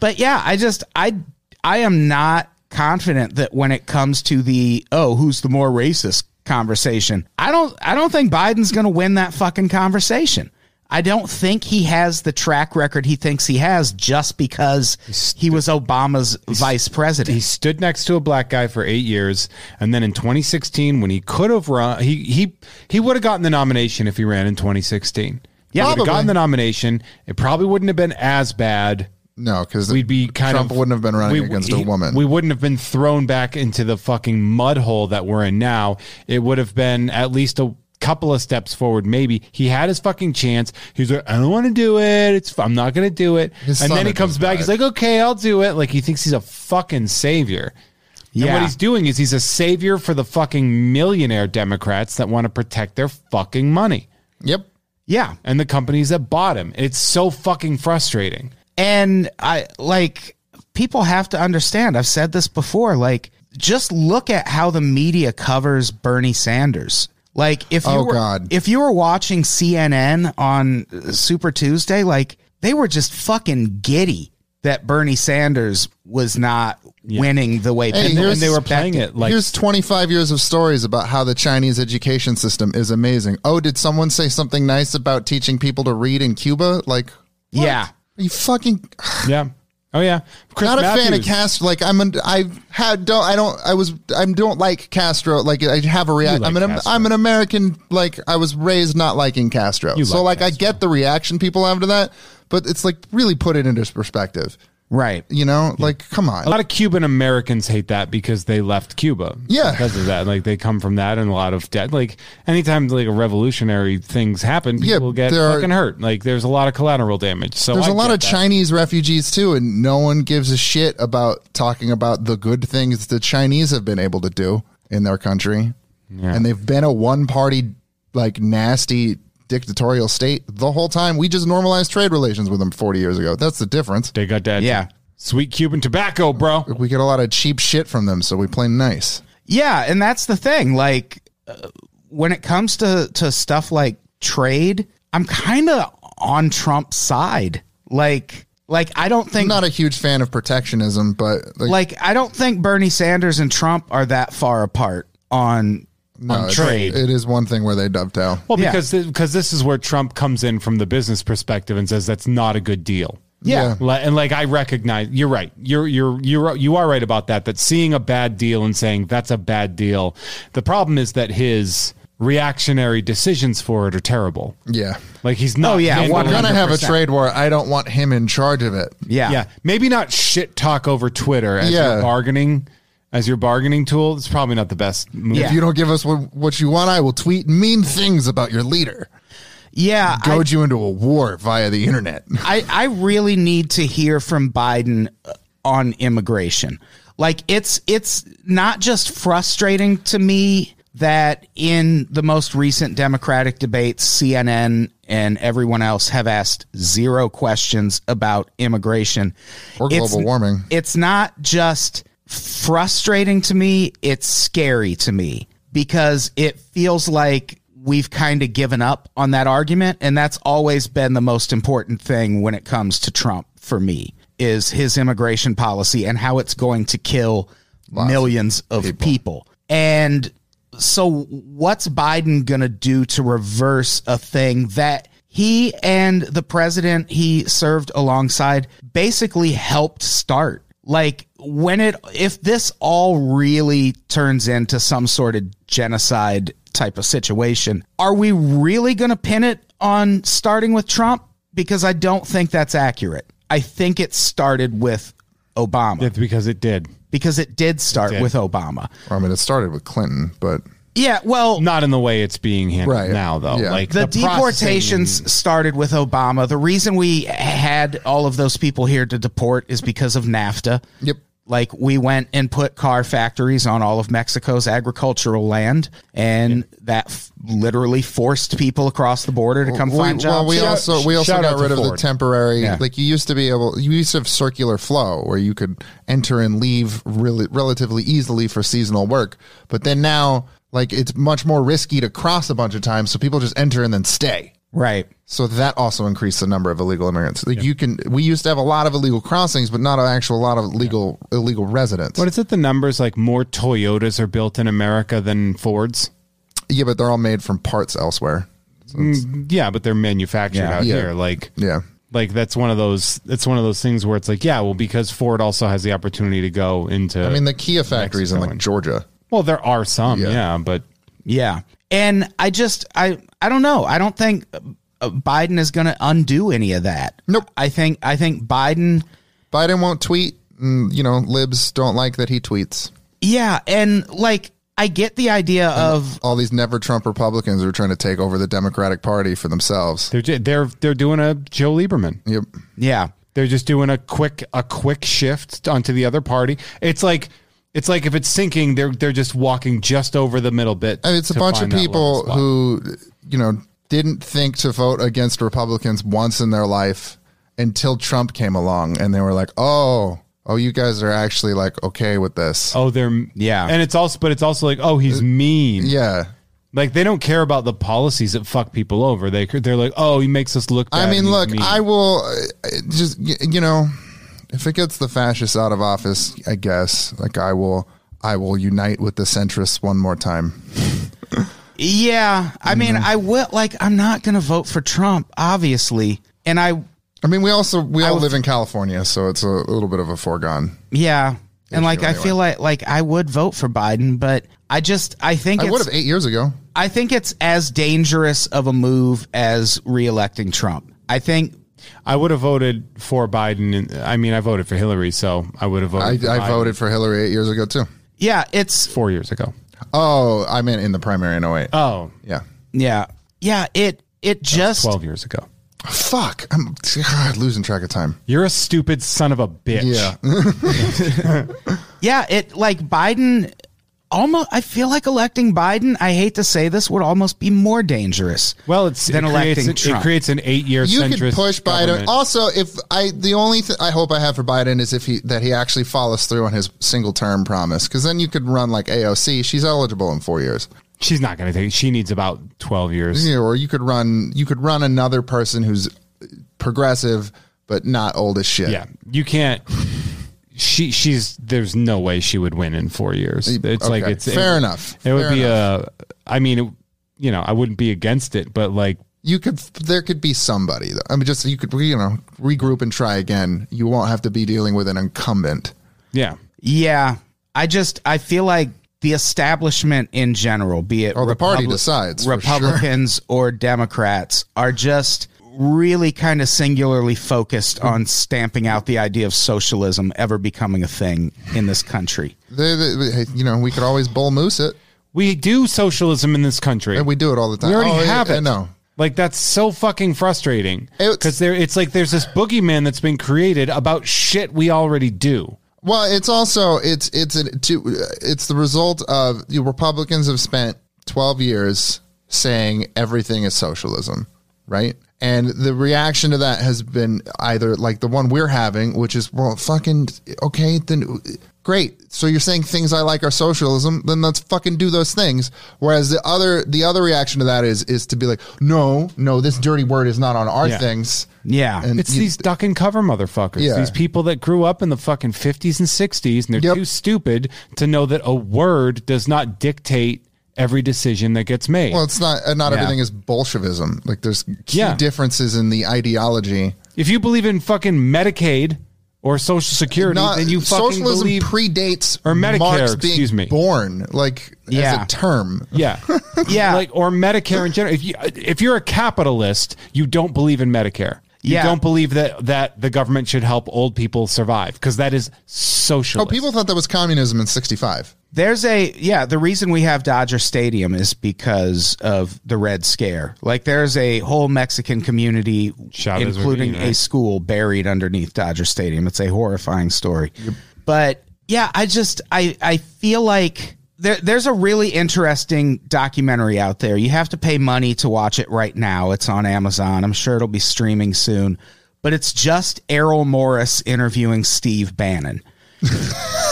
B: But yeah, I just I I am not confident that when it comes to the oh, who's the more racist conversation. I don't I don't think Biden's going to win that fucking conversation. I don't think he has the track record he thinks he has just because he was Obama's vice president.
C: He stood next to a black guy for eight years, and then in 2016, when he could have run, he he he would have gotten the nomination if he ran in 2016. Yeah, he would have
D: Probably.
C: gotten the nomination. It probably wouldn't have been as bad.
D: No, because
C: We'd be kind
D: Trump
C: of
D: wouldn't have been running against a
C: he-
D: woman.
C: We wouldn't have been thrown back into the fucking mud hole that we're in now. It would have been at least a couple of steps forward. Maybe he had his fucking chance. He's like, I don't want to do it. It's I'm not gonna do it.
D: His
C: and
D: son
C: then he
D: had
C: comes
D: just
C: back.
D: died.
C: He's like, okay, I'll do it. Like he thinks he's a fucking savior. And what
B: Yeah.
C: he's doing is he's a savior for the fucking millionaire Democrats that want to protect their fucking money
D: yep.
B: yeah.
C: and the companies that bought him. It's so fucking frustrating.
B: And I like people have to understand. I've said this before. Like, just look at how the media covers Bernie Sanders. Like, if you
D: Oh,
B: were
D: God.
B: if you were watching CNN on uh, Super Tuesday, like they were just fucking giddy that Bernie Sanders was not winning the way
D: Hey,
B: people
D: here's-
C: And they were playing it like
D: Here's 25 years of stories about how the Chinese education system is amazing. Oh, did someone say something nice about teaching people to read in Cuba? Like, what?
B: Yeah.
D: You fucking
C: Yeah. Oh yeah. Chris
D: not a fan of
C: Matthews.
D: Castro. Like I'm, an, I've had don't I don't I was I don't like Castro. Like I have a reaction.
C: like
D: I'm an
C: Castro.
D: I'm an American. Like I was raised not liking Castro. so
C: like
D: like I get the reaction people have to that, but it's like really put it into perspective.
B: right.
D: You know, like come on.
C: A lot of Cuban Americans hate that because they left Cuba.
D: Yeah.
C: Because of that. Like they come from that and a lot of debt. Like anytime like revolutionary things happen,
D: Yeah,
C: people get
D: there are-
C: fucking hurt. Like there's a lot of collateral damage. So
D: There's
C: a
D: a lot of Chinese refugees too, and no one gives a shit about talking about the good things the Chinese have been able to do in their country. And they've been a one party, like nasty dictatorial state the whole time. We just normalized trade relations with them 40 years ago. That's the difference.
C: They got that
B: Yeah.
C: sweet Cuban tobacco, bro.
D: We get a lot of cheap shit from them, so we play nice.
B: Yeah, and that's the thing. Like uh, when it comes to to stuff like trade, I'm kind of on Trump's side. Like like I don't think
D: I'm not a huge fan of protectionism, but like,
B: like I don't think Bernie Sanders and Trump are that far apart on on
D: it's-
B: trade.
D: it is one thing where they dovetail.
C: Well,
B: Yeah.
C: because because this is where Trump comes in from the business perspective and says that's not a good deal.
B: yeah.
C: Li- And like I recognize, you're right. You're you're you're you are right about that. That seeing a bad deal and saying that's a bad deal. The problem is that his reactionary decisions for it are terrible.
D: Yeah.
C: Like he's not.
B: Oh, yeah,
C: handling-
D: We're going to have a
B: 100%.
D: trade war. I don't want him in charge of it.
B: Yeah.
C: yeah. Maybe not shit talk over Twitter as
D: Yeah.
C: you're bargaining. as your bargaining tool, it's probably not the best move.
D: If you don't give us what, what you want, I will tweet mean things about your leader.
B: Yeah, I-
D: Goad you into a war via the internet.
B: I, I really need to hear from Biden uh, on immigration. Like it's it's not just frustrating to me that in the most recent Democratic debates, CNN and everyone else have asked zero questions about immigration
D: Or global warming.
B: It's not just frustrating to me; it's scary to me because it feels like we've kind of given up on that argument and that's always been the most important thing when it comes to Trump for me is his immigration policy and how it's going to kill millions of people. And so what's Biden going to do to reverse a thing that he and the president he served alongside basically helped start? Like when it if this all really turns into some sort of genocide type of situation, are we really going to pin it on starting with Trump? Because I don't think that's accurate. I think it started with Obama
C: It's because it did.
B: because it did start
C: did.
B: with Obama.
D: I mean, it started with Clinton, but
B: Yeah, well,
C: Not in the way it's being handled
D: Right.
C: now, though.
D: Yeah.
C: Like
B: the,
C: processing-
B: deportations started with Obama. The reason we had all of those people here to deport is because of NAFTA.
D: Yep.
B: Like we went and put car factories on all of Mexico's agricultural land, and that f- literally forced people across the border to come
D: we,
B: find jobs.
D: well, we
C: Shout-
D: also we also
C: shout out
D: got
C: to
D: rid of the
C: Ford.
D: temporary.
B: Yeah.
D: Like you used to be able, you used to have circular flow where you could enter and leave really relatively easily for seasonal work, but then now like it's much more risky to cross a bunch of times, so people just enter and then stay.
B: right.
D: So that also increased the number of illegal immigrants. Like you can, we used to have a lot of illegal crossings, but not an actual lot of legal illegal residents.
C: What is it? The numbers like more Toyotas are built in America than Fords.
D: yeah, but they're all made from parts elsewhere.
C: Yeah, but they're manufactured
B: Yeah.
C: out
D: Yeah.
C: here. Like
D: Yeah,
C: like that's one of those it's one of those things where it's like yeah well because ford also has the opportunity to go into
D: I mean the Kia factories in
C: Mexico
D: like
C: and-
D: Georgia.
C: well there are some
D: Yeah.
C: yeah, but
B: Yeah. And I just I I don't know. I don't think uh, Biden is going to undo any of that.
D: Nope.
B: I think I think Biden
D: Biden won't tweet. And, you know, libs don't like that he tweets.
B: Yeah, and like I get the idea of
D: All these never Trump Republicans are trying to take over the Democratic Party for themselves.
C: they're ju- they're they're doing a joe lieberman
D: Yep.
B: yeah,
C: they're just doing a quick a quick shift onto the other party it's like it's like if it's sinking they're they're just walking just over the middle bit
D: And it's a
C: to
D: bunch of
C: find that level
D: people
C: spot.
D: who, you know, didn't think to vote against Republicans once in their life until Trump came along and they were like, oh, oh, you guys are actually like okay with this.
C: oh they're
B: Yeah.
C: and it's also but it's also like oh
D: Uh,
C: he's mean
D: Yeah.
C: like they don't care about the policies that fuck people over they they're like oh he makes us look bad
D: I mean,
C: and he's
D: look,
C: mean.
D: I will uh, just y- you know, if it gets the fascists out of office, I guess like I will, I will unite with the centrists one more time.
B: yeah. I
D: Mm-hmm.
B: mean, I will like I'm not going to vote for Trump, obviously, and I
D: I mean, we also we all
B: would-
D: live in California, so it's a little bit of a foregone.
B: yeah, and like I
D: anyway.
B: feel like like I would vote for Biden, but I just I think
D: I
B: it's-
D: would have eight years ago.
B: I think it's as dangerous of a move as reelecting Trump. I think
C: I would have voted for Biden. and- I mean, I voted for Hillary, so I would have
D: I,
C: voted. for
D: I
C: Biden
D: voted for Hillary eight years ago too.
B: yeah, it's
C: four years ago.
D: Oh, I meant in the primary in 08.
C: Oh,
D: yeah.
B: yeah. Yeah, it it just
C: twelve years ago.
D: Fuck, I'm losing track of time.
C: You're a stupid son of a bitch.
D: Yeah,
B: Yeah, it like Biden almost I feel like electing Biden, I hate to say this, would almost be more dangerous.
C: Well, it's
B: Than
C: it creates,
B: electing
C: an-
B: Trump.
C: It creates an eight-year.
D: you
C: centrist
D: could push Biden.
C: government.
D: Also, if I the only th- I hope I have for Biden is if he that he actually follows through on his single term promise, because then you could run like AOC. She's eligible in four years,
C: She's not going to take. She needs about twelve years.
D: Yeah, or you could run you could run another person who's progressive but not old as shit.
C: Yeah, you can't. She she's there's no way she would win in four years. It's like
D: okay.
C: it's
D: Fair
C: it,
D: enough.
C: It would
D: Fair
C: be a. I mean, it, you know, I wouldn't be against it, but like
D: You could there could be somebody. Though. I mean, just you could you know regroup and try again. You won't have to be dealing with an incumbent.
C: yeah,
B: Yeah. I just I feel like the establishment in general, be it
D: Oh, the party
B: Republi-
D: decides, for sure.
B: Republicans or Democrats, are just really kind of singularly focused on stamping out the idea of socialism ever becoming a thing in this country.
D: They, they- hey, you know, we could always bull moose it,
C: We do socialism in this country.
D: and we do it all the time.
C: We already
D: Oh, I-
C: have it.
D: I know.
C: Like that's so fucking frustrating.
D: It's-
C: Because there, it's like there's this boogeyman that's been created about shit we already do.
D: Well, it's also it's it's an, to, it's the result of the Republicans have spent 12 years saying everything is socialism, right? And the reaction to that has been either like the one we're having, which is well, fucking okay, then great. So you're saying things I like are socialism, then let's fucking do those things. Whereas the other the other reaction to that is is to be like, no, no, this dirty word is not on our
C: Yeah.
D: things.
B: Yeah.
D: And
C: It's
D: you-
C: these duck and cover motherfuckers.
D: Yeah.
C: These people that grew up in the fucking 50s and 60s and they're
D: Yep.
C: too stupid to know that a word does not dictate every decision that gets made.
D: Well, it's not. uh, Not
C: Yeah.
D: everything is Bolshevism. Like there's key
C: Yeah.
D: differences in the ideology.
C: if you believe in fucking Medicaid or Social Security,
D: Not
C: then you fucking
D: socialism
C: believe
D: predates
C: or Medicare,
D: Marx being
C: excuse me.
D: born like as
B: Yeah.
D: a term. Oh,
C: Yeah,
B: Yeah.
C: Like or Medicare in general. If you if you're a capitalist, you don't believe in Medicare. You
B: Yeah.
C: don't believe that that the government should help old people survive because that is social.
D: Oh, people thought that was communism in '65.
B: There's a yeah, the reason we have Dodger Stadium is because of the Red Scare. Like there's a whole Mexican community
C: Chavez
B: including
C: Ravine, right?
B: a school buried underneath Dodger Stadium. It's a horrifying story. But yeah, I just I I feel like there, there's a really interesting documentary out there. You have to pay money to watch it right now. It's on Amazon. I'm sure it'll be streaming soon. But it's just Errol Morris interviewing Steve Bannon.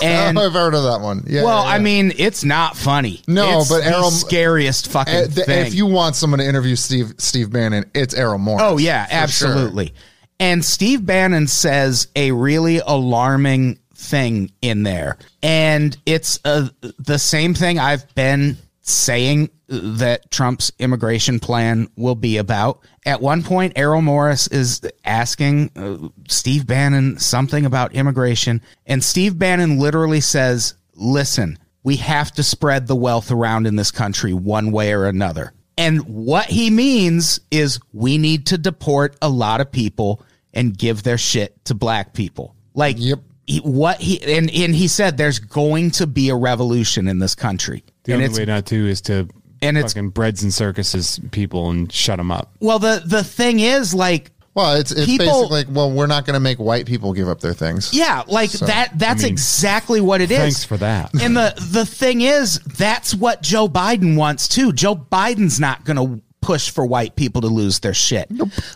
B: and
D: I've heard of that one. Yeah.
B: well,
D: yeah, yeah.
B: I mean, it's not funny.
D: No,
B: It's
D: but
B: the
D: Errol-
B: scariest fucking
D: Uh, the-
B: thing.
D: if you want someone to interview Steve Steve Bannon, it's Errol Morris.
B: oh yeah,
D: for sure.
B: absolutely. And Steve Bannon says a really alarming thing in there, and it's uh, the same thing I've been saying that Trump's immigration plan will be about. At one point, Errol Morris is asking uh, Steve Bannon something about immigration, and Steve Bannon literally says, "Listen." we have to spread the wealth around in this country one way or another. And what he means is we need to deport a lot of people and give their shit to black people. Like
D: Yep.
B: he- what he and, and he said there's going to be a revolution in this country.
C: The
B: and
C: only
B: it's
C: way not to is to
B: and it's-
C: fucking breads and circuses people and shut them up.
B: well the the thing is like
D: Well, it's it's
B: People-
D: basically like well, we're not going to make white people give up their things.
B: yeah, like that that's exactly what it is.
C: Thanks for that.
B: And the the thing is, that's what Joe Biden wants too. Joe Biden's not going to push for white people to lose their shit.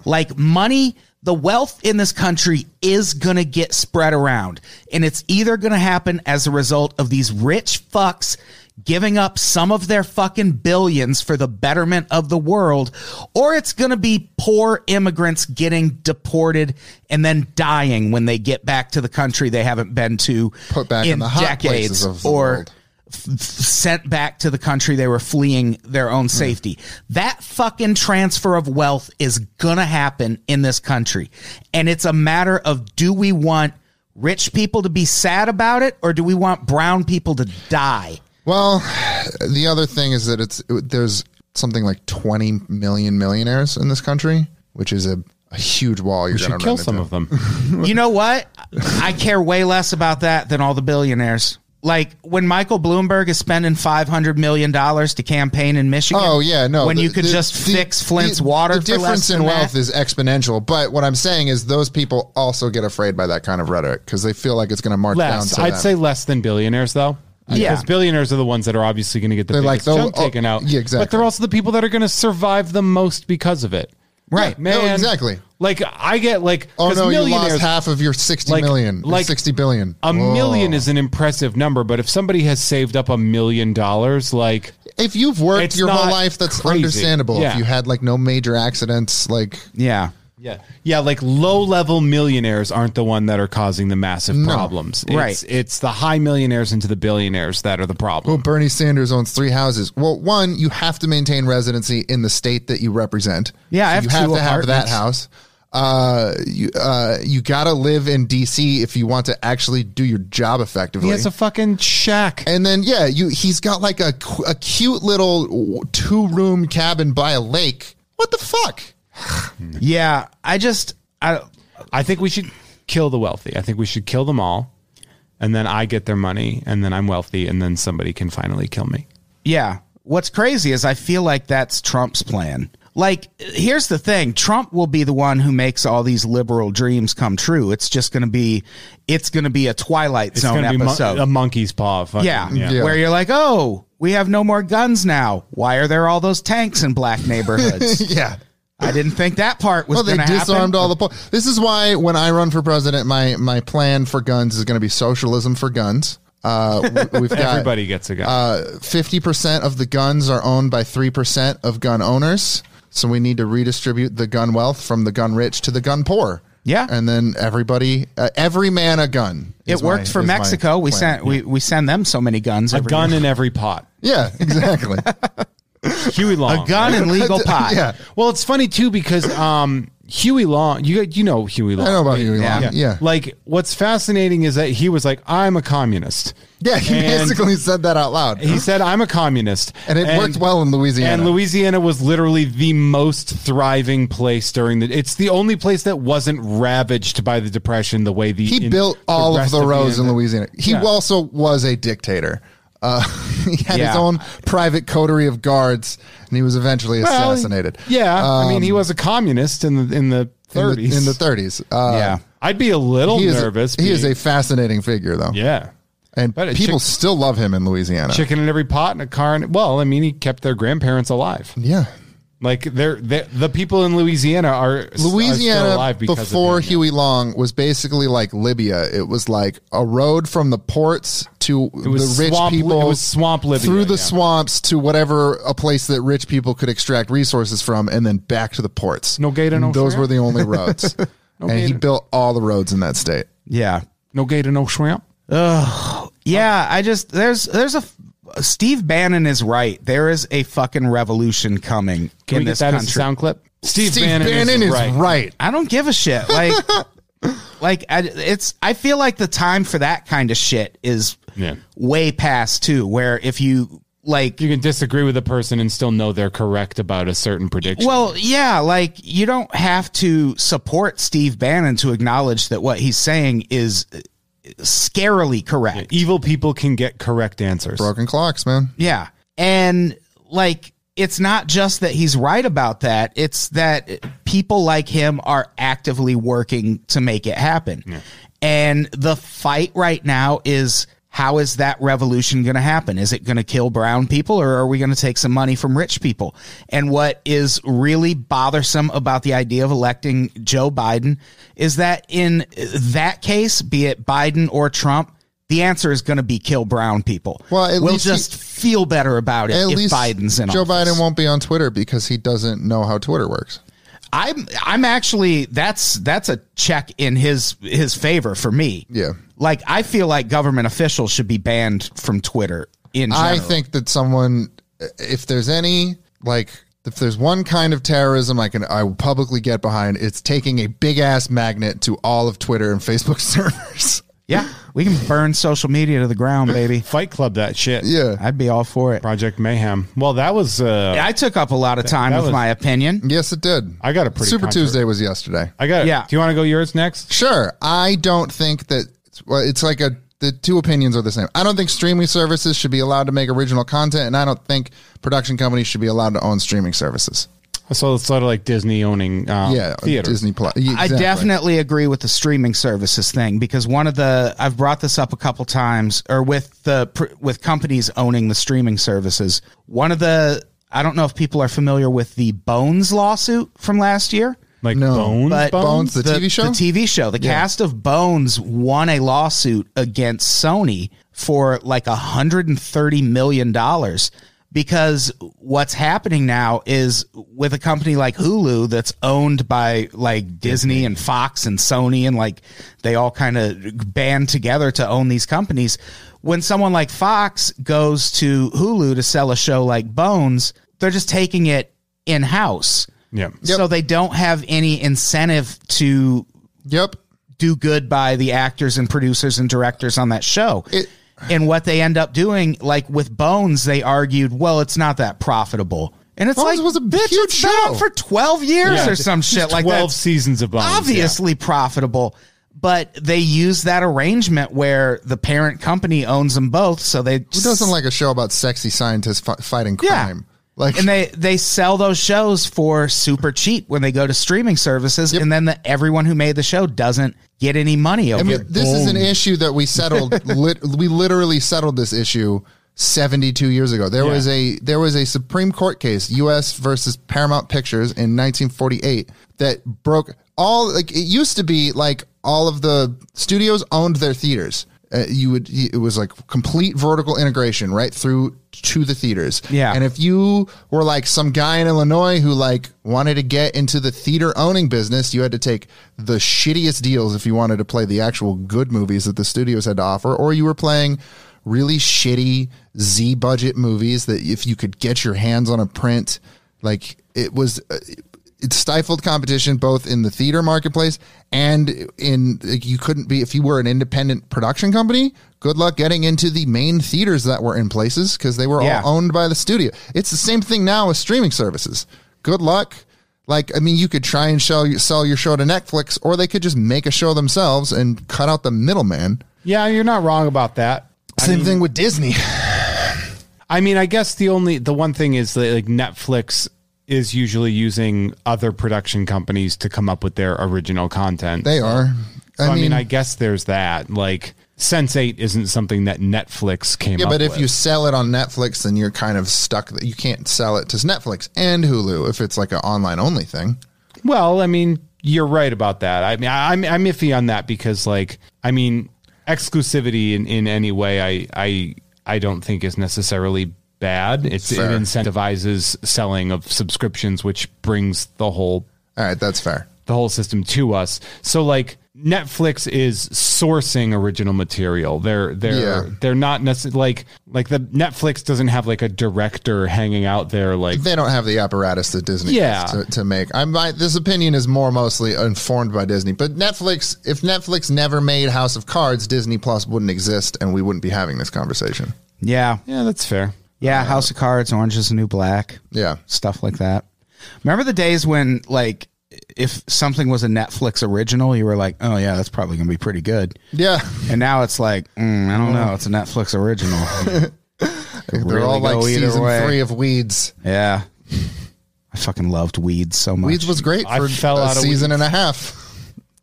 B: Like money, the wealth in this country is going to get spread around, and it's either going to happen as a result of these rich fucks giving up some of their fucking billions for the betterment of the world or it's going to be poor immigrants getting deported and then dying when they get back to the country they haven't been to
D: Put back in the hot places of the
B: or
D: world.
B: f- f- sent back to the country they were fleeing their
D: Mm.
B: own safety. That fucking transfer of wealth is gonna happen in this country. And it's a matter of do we want rich people to be sad about it or do we want brown people to die?
D: Well, the other thing is that it's there's something like 20 million millionaires in this country, which is a, a huge wall. You're
C: You should
D: gonna
C: kill
D: run
C: some
D: into.
C: of them.
B: You know what? I care way less about that than all the billionaires. Like when Michael Bloomberg is spending five hundred million dollars to campaign in Michigan.
D: Oh yeah, no.
B: When
D: the-
B: you could
D: the-
B: just
D: the-
B: fix Flint's
D: the-
B: water.
D: The difference in wealth
B: is
D: is exponential. But what I'm saying is, those people also get afraid by that kind of rhetoric because they feel like it's going to mark
C: less.
D: down. To
C: I'd
D: them.
C: say less than billionaires, though.
B: Yeah.
C: Because billionaires are the ones that are obviously going to get the
D: They're like,
C: biggest
D: oh,
C: chunk
D: oh,
C: taken out.
D: yeah, exactly.
C: But they're also the people that are going to survive the most because of it.
D: Right. Yeah, no,
C: man.
D: exactly.
C: Like, I get like,
D: Oh
C: 'cause
D: no, you lost
C: millionaires-
D: half of your sixty
C: like-
D: million,
C: like
D: sixty billion.
C: A
D: Whoa.
C: million is an impressive number, but if somebody has saved up a million dollars, like,
D: If you've worked
C: It's
D: your whole
C: not
D: life, that's
C: crazy.
D: understandable.
C: Yeah.
D: If you had like no major accidents, like
B: yeah.
C: yeah, yeah, like low level millionaires aren't the one that are causing the massive problems. It's,
B: Right.
C: It's the high millionaires into the billionaires that are the problem.
D: Well, Bernie Sanders owns three houses. Well, one, you have to maintain residency in the state that you represent.
B: Yeah, I have
D: you have
B: two
D: to have that
B: apartments.
D: house. Uh, you uh, you gotta live in D.C. if you want to actually do your job effectively.
C: he has a fucking shack.
D: and then yeah, you he's got like a cu- a cute little two room cabin by a lake. What the fuck?
B: Yeah, I just I
C: I think we should kill the wealthy. I think we should kill them all. And then I get their money and then I'm wealthy and then somebody can finally kill me.
B: yeah. What's crazy is I feel like that's Trump's plan. Like here's the thing, Trump will be the one who makes all these liberal dreams come true. It's just going to be it's going to be a twilight
C: It's
B: zone
C: going to be mon-
B: episode.
C: a monkey's paw. Fucking,
B: yeah,
D: Yeah.
B: where you're like, "Oh, we have no more guns now. Why are there all those tanks in black neighborhoods?"
D: yeah.
B: I didn't think that part was
D: Well, they
B: going to happen.
D: disarmed all the. Po- this is why when I run for president, my my plan for guns is going to be socialism for guns. Uh, we- we've got
C: Everybody gets a gun.
B: Uh,
D: fifty percent of the guns are owned by three percent of gun owners. So we need to redistribute the gun wealth from the gun rich to the gun poor.
B: Yeah.
D: and then everybody, uh, every man a gun.
B: it
D: is my-
B: worked for
D: is my
B: Mexico. We
D: plan.
B: sent we, we send them so many guns.
C: a
B: every
C: gun
B: year.
C: in every pot.
D: Yeah, exactly.
C: Huey Long.
B: a gun and legal pot.
D: yeah,
C: Well, it's funny too because um, Huey Long, you you know Huey Long.
D: I know about Huey
B: Yeah.
D: Long. Yeah,
C: Like what's fascinating is that he was like, I'm a communist.
D: yeah. He
C: And-
D: basically said that out loud.
C: He said, I'm a communist.
D: And it worked well in Louisiana.
C: And Louisiana was literally the most thriving place during the. It's the only place that wasn't ravaged by the Depression the way the.
D: He
C: in-
D: built all of
C: rest
D: the roads in
C: end-
D: Louisiana. He
C: Yeah.
D: also was a dictator. Uh, he had his
B: Yeah.
D: own private coterie of guards, and he was eventually
C: Well,
D: assassinated. Um,
C: Yeah. I mean, he was a communist in the, in the
D: in
C: 30s.
D: the, in the 30s. Uh,
B: Yeah.
C: I'd be a little
D: he is
C: nervous.
D: he is
C: being-
D: a fascinating figure, though.
C: Yeah.
D: and
C: But a
D: people
C: chick-
D: still love him in Louisiana.
C: Chicken in every pot and a car. And, well, I mean, he kept their grandparents alive.
D: yeah,
C: Like they're, they the people in Louisiana are are still
D: Louisiana
C: alive because of
D: before
C: him, yeah.
D: Huey Long was basically like Libya. It was like a road from the ports to
C: was
D: the rich
C: swamp-
D: people.
C: it was swamp Libya,
D: through the
C: yeah.
D: swamps to whatever a place that rich people could extract resources from, and then back to the ports.
C: No gate and no
D: Those
C: shrimp.
D: were the only roads, and he
C: gate.
D: built all the roads in that state.
B: Yeah.
C: no gator, no shrimp.
B: Yeah, I just there's there's a Steve Bannon is right. There is a fucking revolution coming
C: Can
B: in
C: we get
B: this
C: that as a
B: country.
C: sound clip? Steve,
B: I don't give a shit. Like like I, it's I feel like the time for that kind of shit is
C: Yeah.
B: way past too where if you like
C: You can disagree with a person and still know they're correct about a certain prediction.
B: well, yeah, like you don't have to support Steve Bannon to acknowledge that what he's saying is uh, scarily correct.
C: evil people can get correct answers.
D: Broken clocks, man.
B: Yeah. And like, it's not just that he's right about that, it's that people like him are actively working to make it happen. And the fight right now is how is that revolution going to happen? Is it going to kill brown people or are we going to take some money from rich people? And what is really bothersome about the idea of electing Joe Biden is that in that case, be it Biden or Trump, the answer is going to be kill brown people.
D: Well, at
B: we'll
D: least he-
B: just feel better about it
D: At
B: if
D: least
B: Biden's in
D: Joe
B: office.
D: Biden won't be on Twitter because he doesn't know how Twitter works.
B: I'm I'm actually that's that's a check in his his favor for me.
D: Yeah.
B: Like I feel like government officials should be banned from Twitter in general.
D: I think that someone, if there's any, like, if there's one kind of terrorism I can I will publicly get behind, it's taking a big ass magnet to all of Twitter and Facebook servers.
B: yeah, we can burn social media to the ground, baby.
C: Fight Club, that shit.
D: yeah.
B: I'd be all for it.
C: Project Mayhem. Well, that was. Uh,
B: I took up a lot of time
C: that
B: with
C: was-
B: my opinion.
D: Yes, it did.
C: I got a pretty
D: Super
C: controvers-
D: Tuesday was yesterday.
C: I got.
B: Yeah.
C: Yeah. Do you want to go yours next?
D: Sure. I don't think that well, it's like a the two opinions are the same. I don't think streaming services should be allowed to make original content, and I don't think production companies should be allowed to own streaming services.
C: So it's sort of like Disney owning. Um,
D: yeah,
C: Theater.
D: Disney Plus. Yeah,
B: I
D: exactly.
B: definitely agree with the streaming services thing because one of the I've brought this up a couple times or with the pr- with companies owning the streaming services. One of the I don't know if people are familiar with the Bones lawsuit from last year.
C: Like
D: No,
C: Bones.
B: but-
D: Bones, the, TV show.
B: The TV show. The cast of Bones won a lawsuit against Sony for like $130 million because what's happening now is with a company like Hulu that's owned by like Disney and Fox and Sony and like they all kind of band together to own these companies. When someone like Fox goes to Hulu to sell a show like Bones, they're just taking it in house.
C: yeah.
B: So they don't have any incentive to
D: yep.
B: do good by the actors and producers and directors on that show.
D: It-
B: and what they end up doing, like with Bones, they argued, well, it's not that profitable. And it's
D: Bones
B: like,
D: was a
B: bitch,
D: huge
B: it's been on
D: show.
B: for 12 years
C: Yeah,
B: or some
C: just
B: shit like that.
C: 12 seasons of Bones, yeah.
B: Obviously profitable. But they use that arrangement where the parent company owns them both. So they
D: Who doesn't like a show about sexy scientists fi- fighting
B: Yeah.
D: crime? Like,
B: and they they sell those shows for super cheap when they go to streaming services and then the, everyone who made the show doesn't get any money over
D: I mean,
B: it
D: this is an issue that we settled. lit, we literally settled this issue 72 years ago. There was a there was a Supreme Court case, U.S. versus Paramount Pictures in 1948, that broke all. Like it used to be, like all of the studios owned their theaters. Uh, you would it was like complete vertical integration right through to the theaters
B: Yeah.
D: and if you were like some guy in illinois who like wanted to get into the theater owning business you had to take the shittiest deals if you wanted to play the actual good movies that the studios had to offer or you were playing really shitty z budget movies that if you could get your hands on a print like it was uh, it stifled competition both in the theater marketplace and in like, you couldn't be if you were an independent production company good luck getting into the main theaters that were in places because they were
B: Yeah.
D: all owned by the studio it's the same thing now with streaming services good luck like i mean you could try and sell, sell your show to netflix or they could just make a show themselves and cut out the middleman
C: Yeah, you're not wrong about that.
D: same thing with disney
C: I mean, I guess the only the one thing is that like Netflix is usually using other production companies to come up with their original content.
D: they are
C: So, I, mean, I guess there's that. Like Sense8 isn't something that Netflix came
D: Yeah,
C: up
D: but if
C: with.
D: you sell it on Netflix, then you're kind of stuck. You can't sell it to Netflix and Hulu if it's like an online only thing.
C: Well, I mean, you're right about that. I mean, I, I'm I'm iffy on that because, like, I mean, exclusivity in, in any way, I I I don't think is necessarily bad. It's
D: Fair.
C: it incentivizes selling of subscriptions, which brings the whole
D: All right, that's fair.
C: the whole system to us. So like Netflix is sourcing original material. They're they're
D: Yeah.
C: they're not necessarily like like the Netflix doesn't have like a director hanging out there like
D: They don't have the apparatus that Disney
C: Yeah.
D: has to, to make. I my this opinion is more mostly informed by Disney, but Netflix. If Netflix never made House of Cards, Disney Plus wouldn't exist, and we wouldn't be having this conversation.
B: yeah
C: yeah, that's fair.
B: yeah house of cards orange is the new black
D: Yeah,
B: stuff like that remember the days when like if something was a netflix original you were like oh yeah that's probably gonna be pretty good
D: yeah.
B: and now it's like mm, i don't know it's a netflix original Could
D: They're
B: really
D: all like
B: go either
D: season
B: way.
D: three of Weeds.
B: yeah i fucking loved weeds so much
D: Weeds was great
C: I
D: for
C: fell
D: a
C: out of
D: season and a half.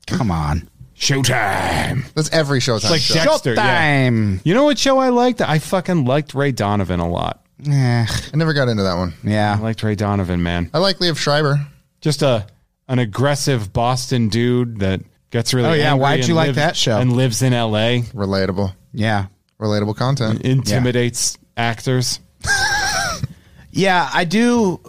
B: come on
C: Showtime.
D: That's every Showtime
C: Like
D: show.
C: Dexter, yeah.
B: time
C: You know what show I liked? I fucking liked Ray Donovan a lot.
B: yeah,
D: I never got into that one.
C: I liked Ray Donovan, man.
D: I like Liev Schreiber.
C: Just a an aggressive Boston dude that gets really
B: Oh, yeah,
C: angry
B: why'd you
C: and
B: like
C: lives-
B: that show?
C: and lives in LA,
D: Relatable.
B: yeah.
D: relatable content.
C: intimidates actors.
B: Yeah, I do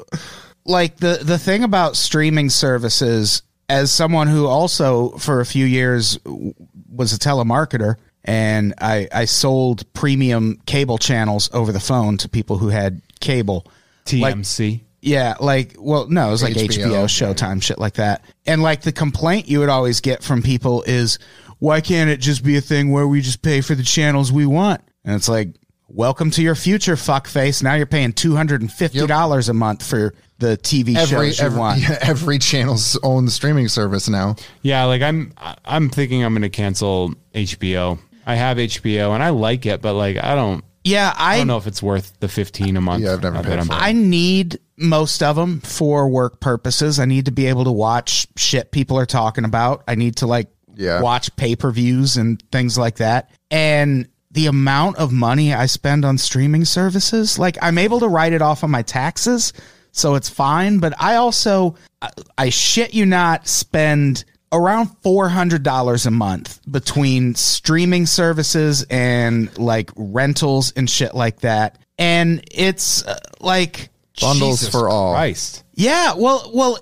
B: like the the thing about streaming services as someone who also for a few years w- was a telemarketer and I I sold premium cable channels over the phone to people who had cable. Like,
C: TMC.
B: Yeah, like well, no, it was like
D: HBO.
B: HBO, Showtime, shit like that. And like the complaint you would always get from people is, why can't it just be a thing where we just pay for the channels we want? And it's like, welcome to your future, fuckface. Now you're paying two hundred and fifty dollars a month for the TV
D: Every
B: shows you
D: every,
B: want.
D: yeah, every channel's own streaming service now.
C: Yeah, like I'm I'm thinking I'm going to cancel HBO. I have HBO and I like it, but like I don't
B: Yeah,
D: Oh,
C: I don't
B: I
C: know if it's worth the 15 a month.
D: Yeah, I've never
C: that
D: paid
C: I'm-
D: for it.
B: I need most of them for work purposes. I need to be able to watch shit people are talking about. I need to like
D: Yeah.
B: watch pay per views and things like that. And the amount of money I spend on streaming services, like I'm able to write it off on my taxes, so it's fine. But I also, uh, I, I shit you not, spend around $400 a month between streaming services and like rentals and shit like that. And it's uh, like,
D: Bundles
C: Jesus
D: for all.
C: Christ.
B: yeah, well, well,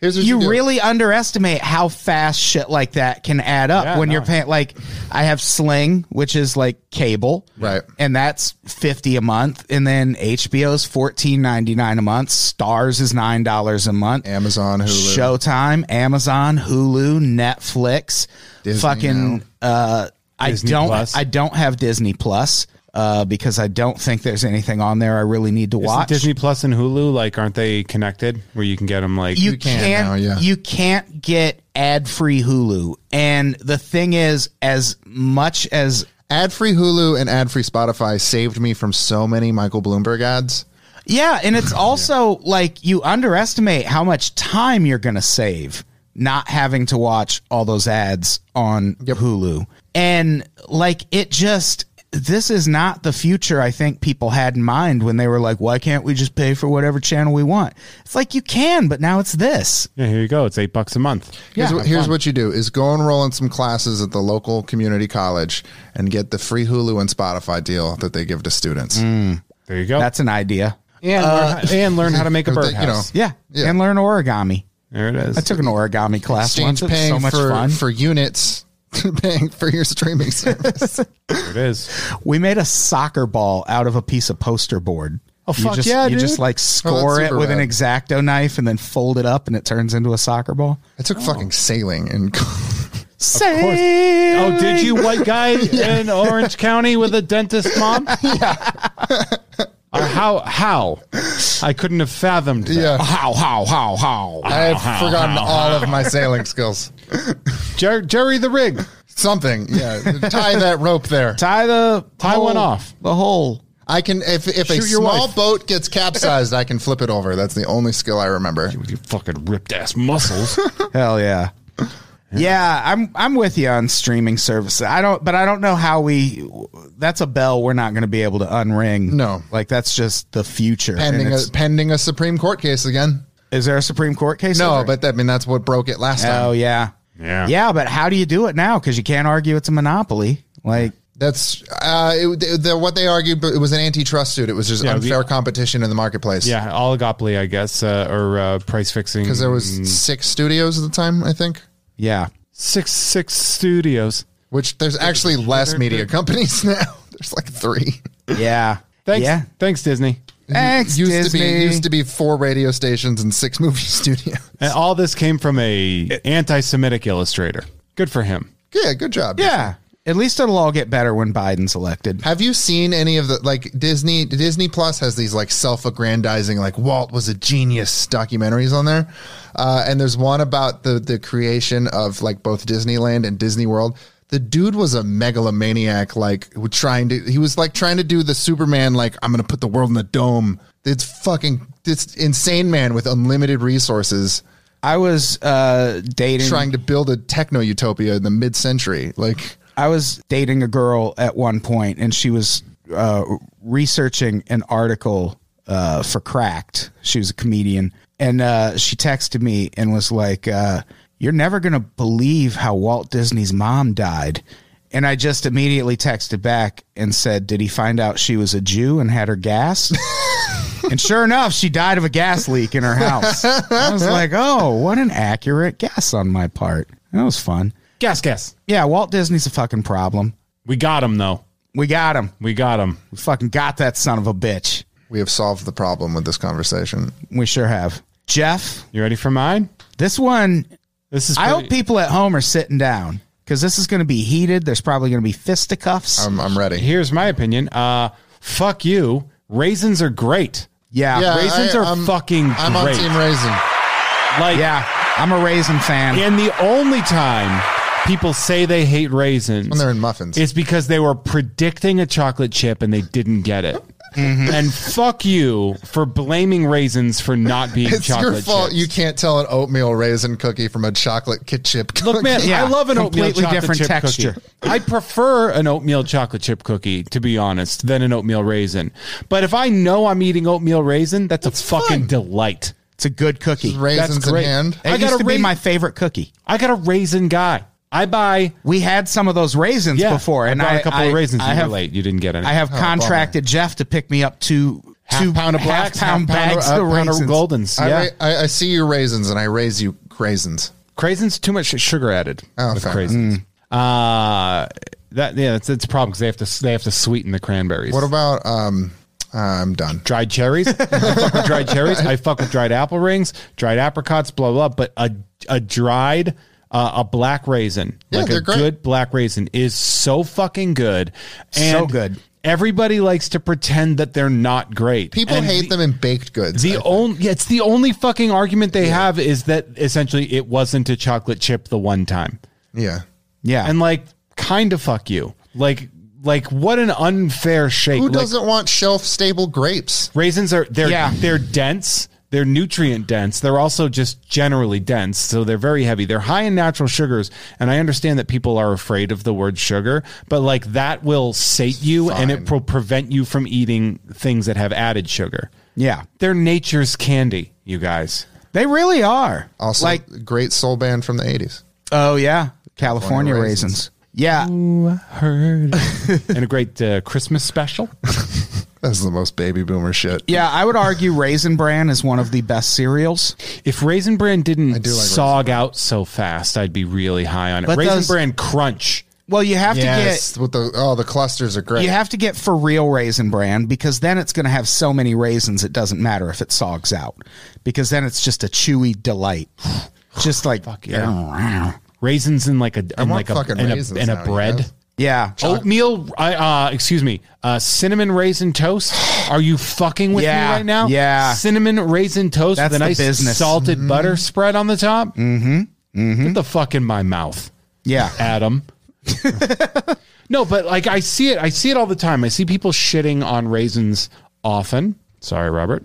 D: Here's what
B: you
D: do.
B: really underestimate how fast shit like that can add up
C: Yeah,
B: when you're
C: no.
B: paying like I have Sling, which is like cable.
D: Right.
B: And that's 50 a month and then HBO's 14.99 a month, Stars is $9 a month.
D: Amazon, Hulu.
B: Showtime, Amazon, Hulu, Netflix,
D: Disney
B: fucking uh I
C: Disney
B: don't
C: Plus.
B: I don't have Disney Plus. uh, because I don't think there's anything on there I really need to
C: Isn't
B: watch.
C: Disney Plus and Hulu, like, aren't they connected? Where you can get them, like,
B: you,
D: You can
B: can't
D: now, yeah.
B: you can't get ad free Hulu. And the thing is, as much as
D: Ad free Hulu and ad free Spotify saved me from so many Michael Bloomberg ads.
B: yeah, and it's also like you underestimate how much time you're gonna save not having to watch all those ads on Hulu. And like it just this is not the future I think people had in mind when they were like, why can't we just pay for whatever channel we want? It's like you can, but now it's this.
C: yeah, here you go. It's eight bucks a month.
D: Here's,
B: Yeah,
D: what, here's what you do is go enroll in some classes at the local community college and get the free Hulu and Spotify deal that they give to students.
C: There you go.
B: That's an idea.
C: and, learn, how- and learn how to make a
D: uh, you know,
C: birdhouse.
B: Yeah.
D: Yeah.
B: And learn origami.
C: There it is.
B: I took an origami class
D: Exchange
B: once. It was
D: paying
B: so much
D: for,
B: fun.
D: for units, paying for your streaming service.
C: There it is.
B: we made a soccer ball out of a piece of poster board.
C: Oh, fuck
B: you just,
C: yeah,
B: You just
C: dude.
B: like score it
D: super
B: with an
D: rad.
B: exacto knife and then fold it up and it turns into a soccer ball.
D: I took fucking sailing and
B: Say,
C: Oh, did you white guy in Orange County with a dentist mom? Yeah. how? How? I couldn't have fathomed. That.
D: yeah,
B: How, how, how, how?
D: I had forgotten all of my sailing skills.
C: Jer- Jerry the rig.
D: Something, yeah. Tie that rope there.
B: tie the
C: Tie
B: hole-
C: one off.
B: The hole.
D: I can if if a
C: Shoot your
D: small
C: wife.
D: boat gets capsized, I can flip it over. That's the only skill I remember.
C: With your fucking ripped ass muscles.
B: Hell yeah. Yeah, I'm I'm with you on streaming services. I don't, but I don't know how we. That's a bell we're not going to be able to unring.
D: No.
B: like that's just the future. And
D: Pending a
B: it's-
D: pending a Supreme Court case again.
B: is there a Supreme Court case?
D: No,
B: over it?
D: but that, I mean that's what broke it last
B: oh
D: time.
B: yeah,
C: Yeah.
B: yeah. But how do you do it now? Because you can't argue it's a monopoly. Like
D: That's uh, it, the, the, what they argued, but it was an antitrust suit. It was just
C: Yeah, the-
D: unfair competition in the marketplace.
C: yeah, oligopoly, I guess, uh, or uh, price fixing.
D: because there was six studios at the time, I think.
B: yeah,
C: six six studios.
D: Which there's actually less media companies now. There's like three.
B: yeah,
C: Thanks.
B: yeah.
C: Thanks, Disney.
B: Thanks,
D: used
B: Disney.
D: to be used to be four radio stations and six movie studios.
C: And all this came from a anti-Semitic illustrator. Good for him.
D: Yeah, good job.
B: yeah. At least it'll all get better when Biden's elected.
D: Have you seen any of the like Disney Disney Plus has these like self-aggrandizing like Walt was a genius documentaries on there, uh, and there's one about the the creation of like both Disneyland and Disney World. The dude was a megalomaniac, like who trying to he was like trying to do the Superman like I'm gonna put the world in the dome. It's fucking this insane man with unlimited resources
B: I was uh dating
D: trying to build a techno utopia in the mid century. Like
B: I was dating a girl at one point, and she was uh, researching an article uh, for Cracked. She was a comedian, and uh, she texted me and was like, uh, "You're never gonna believe how Walt Disney's mom died." And I just immediately texted back and said, "Did he find out she was a Jew and had her gas?" and sure enough, she died of a gas leak in her house. I was like, "Oh, what an accurate guess on my part." That was fun.
C: Guess, guess.
B: Yeah, Walt Disney's a fucking problem.
C: We got him though.
B: We got him.
C: We got him.
B: We fucking got that son of a bitch.
D: we have solved the problem with this conversation.
B: We sure have. Jeff,
C: You ready for mine?
B: this one,
C: This is.
B: I
C: pretty-
B: hope people at home are sitting down because this is going to be heated. There's probably going to be
C: Um,
B: fisticuffs.
D: I'm I'm ready.
C: Here's my opinion. Uh, fuck you. Raisins are great.
B: yeah.
D: Yeah,
B: rais-
C: raisins are fucking
D: I'm
C: great.
D: on team raisin.
C: Like,
B: yeah. I'm a raisin fan.
C: and the only time people say they hate raisins
D: When they're in muffins.
C: is because they were predicting a chocolate chip and they didn't get it.
D: Mm-hmm.
C: And fuck you for blaming raisins for not being
D: it's
C: chocolate
D: your fault
C: chips.
D: you can't tell an oatmeal raisin cookie from a chocolate kit chip cookie.
C: Look, man,
B: Yeah,
C: I love an oatmeal
B: completely
C: chocolate
B: different
C: chip
B: texture.
C: cookie. I prefer an oatmeal chocolate chip cookie, to be honest, than an oatmeal raisin. But if I know I'm eating oatmeal raisin, that's a fucking delight.
B: It's a good cookie. It
D: raisins
C: that's
D: in
C: great.
D: hand.
C: I got
B: used
C: a
B: to be
C: rais-
B: my favorite cookie.
C: I got a raisin guy. I buy
B: We had some of those raisins
C: yeah,
B: before, and
C: I
B: I
C: bought a couple
B: I-
C: of raisins.
B: I
C: you
B: have,
C: were late. You didn't get any.
B: I have contracted Jeff to pick me up two
C: Oh, Half
B: two
C: pound of
B: half
C: blacks,
B: pound
C: half pound
B: bags
C: of-
B: of,
C: half pound of
B: raisins.
C: goldens.
D: I,
C: yeah,
D: ra- I, I see you raisins and I raise you raisins.
C: craisins too much sugar added.
D: Oh,
C: with
D: fair.
C: craisins. Uh, that yeah, that's it's a problem because they have to they have to sweeten the cranberries.
D: What about um uh, I'm done.
C: dried cherries. I fuck with dried cherries. I fuck with dried apple rings, dried apricots, blah blah. But a a dried uh, a black raisin,
D: Yeah,
C: like
D: they're
C: a
D: great.
C: good black raisin, is so fucking good. And,
B: So good.
C: Everybody likes to pretend that they're not great.
D: People
C: And
D: hate
C: the-
D: them in baked goods.
C: The
D: I-
C: only yeah, it's the only fucking argument they have is that essentially it wasn't a chocolate chip the one time.
D: yeah.
B: Yeah.
C: And like kind of fuck you. Like like what an unfair shake.
D: Who
C: Like,
D: doesn't want shelf stable grapes?
C: raisins are they're
B: Yeah.
C: they're dense. They're nutrient dense. They're also just generally dense, so they're very heavy. They're high in natural sugars, and I understand that people are afraid of the word sugar, but like that will sate you and it will prevent you from eating things that have added sugar.
B: yeah.
C: They're nature's candy, you guys.
B: They really are.
D: Also,
B: like
D: great soul band from the 80s.
B: oh yeah, California,
D: California
B: raisins.
D: raisins.
B: Yeah.
C: Heard and a great uh, Christmas special.
D: That's the most baby boomer shit.
B: Yeah, I would argue Raisin Bran is one of the best cereals.
C: If Raisin Bran didn't
D: do like
C: sog out so fast, I'd be really high on it.
B: But
C: Raisin
B: those-
C: Bran Crunch.
B: Well, you have
D: Yes,
B: to
D: with the oh, the clusters are
B: get
D: great.
B: you have to get for real Raisin Bran because then it's going to have so many raisins it doesn't matter if it sogs out because then it's just a chewy delight. Just like yeah.
C: Raisins in like a in
D: want
C: like a
D: fucking
C: in a,
D: raisins
C: in a
D: now, you
C: bread.
D: guys. Oh.
C: Oatmeal, I, uh, excuse me, uh, cinnamon raisin toast. Are you fucking with
B: Yeah,
C: me right now?
B: yeah.
C: cinnamon raisin toast
B: That's
C: with a
B: the
C: nice
B: business.
C: salted butter spread on the top. Mm-hmm. Get the fuck in my mouth.
B: Yeah.
C: Adam. no, but like I see it, I see it all the time. I see people shitting on raisins often. Sorry, Robert.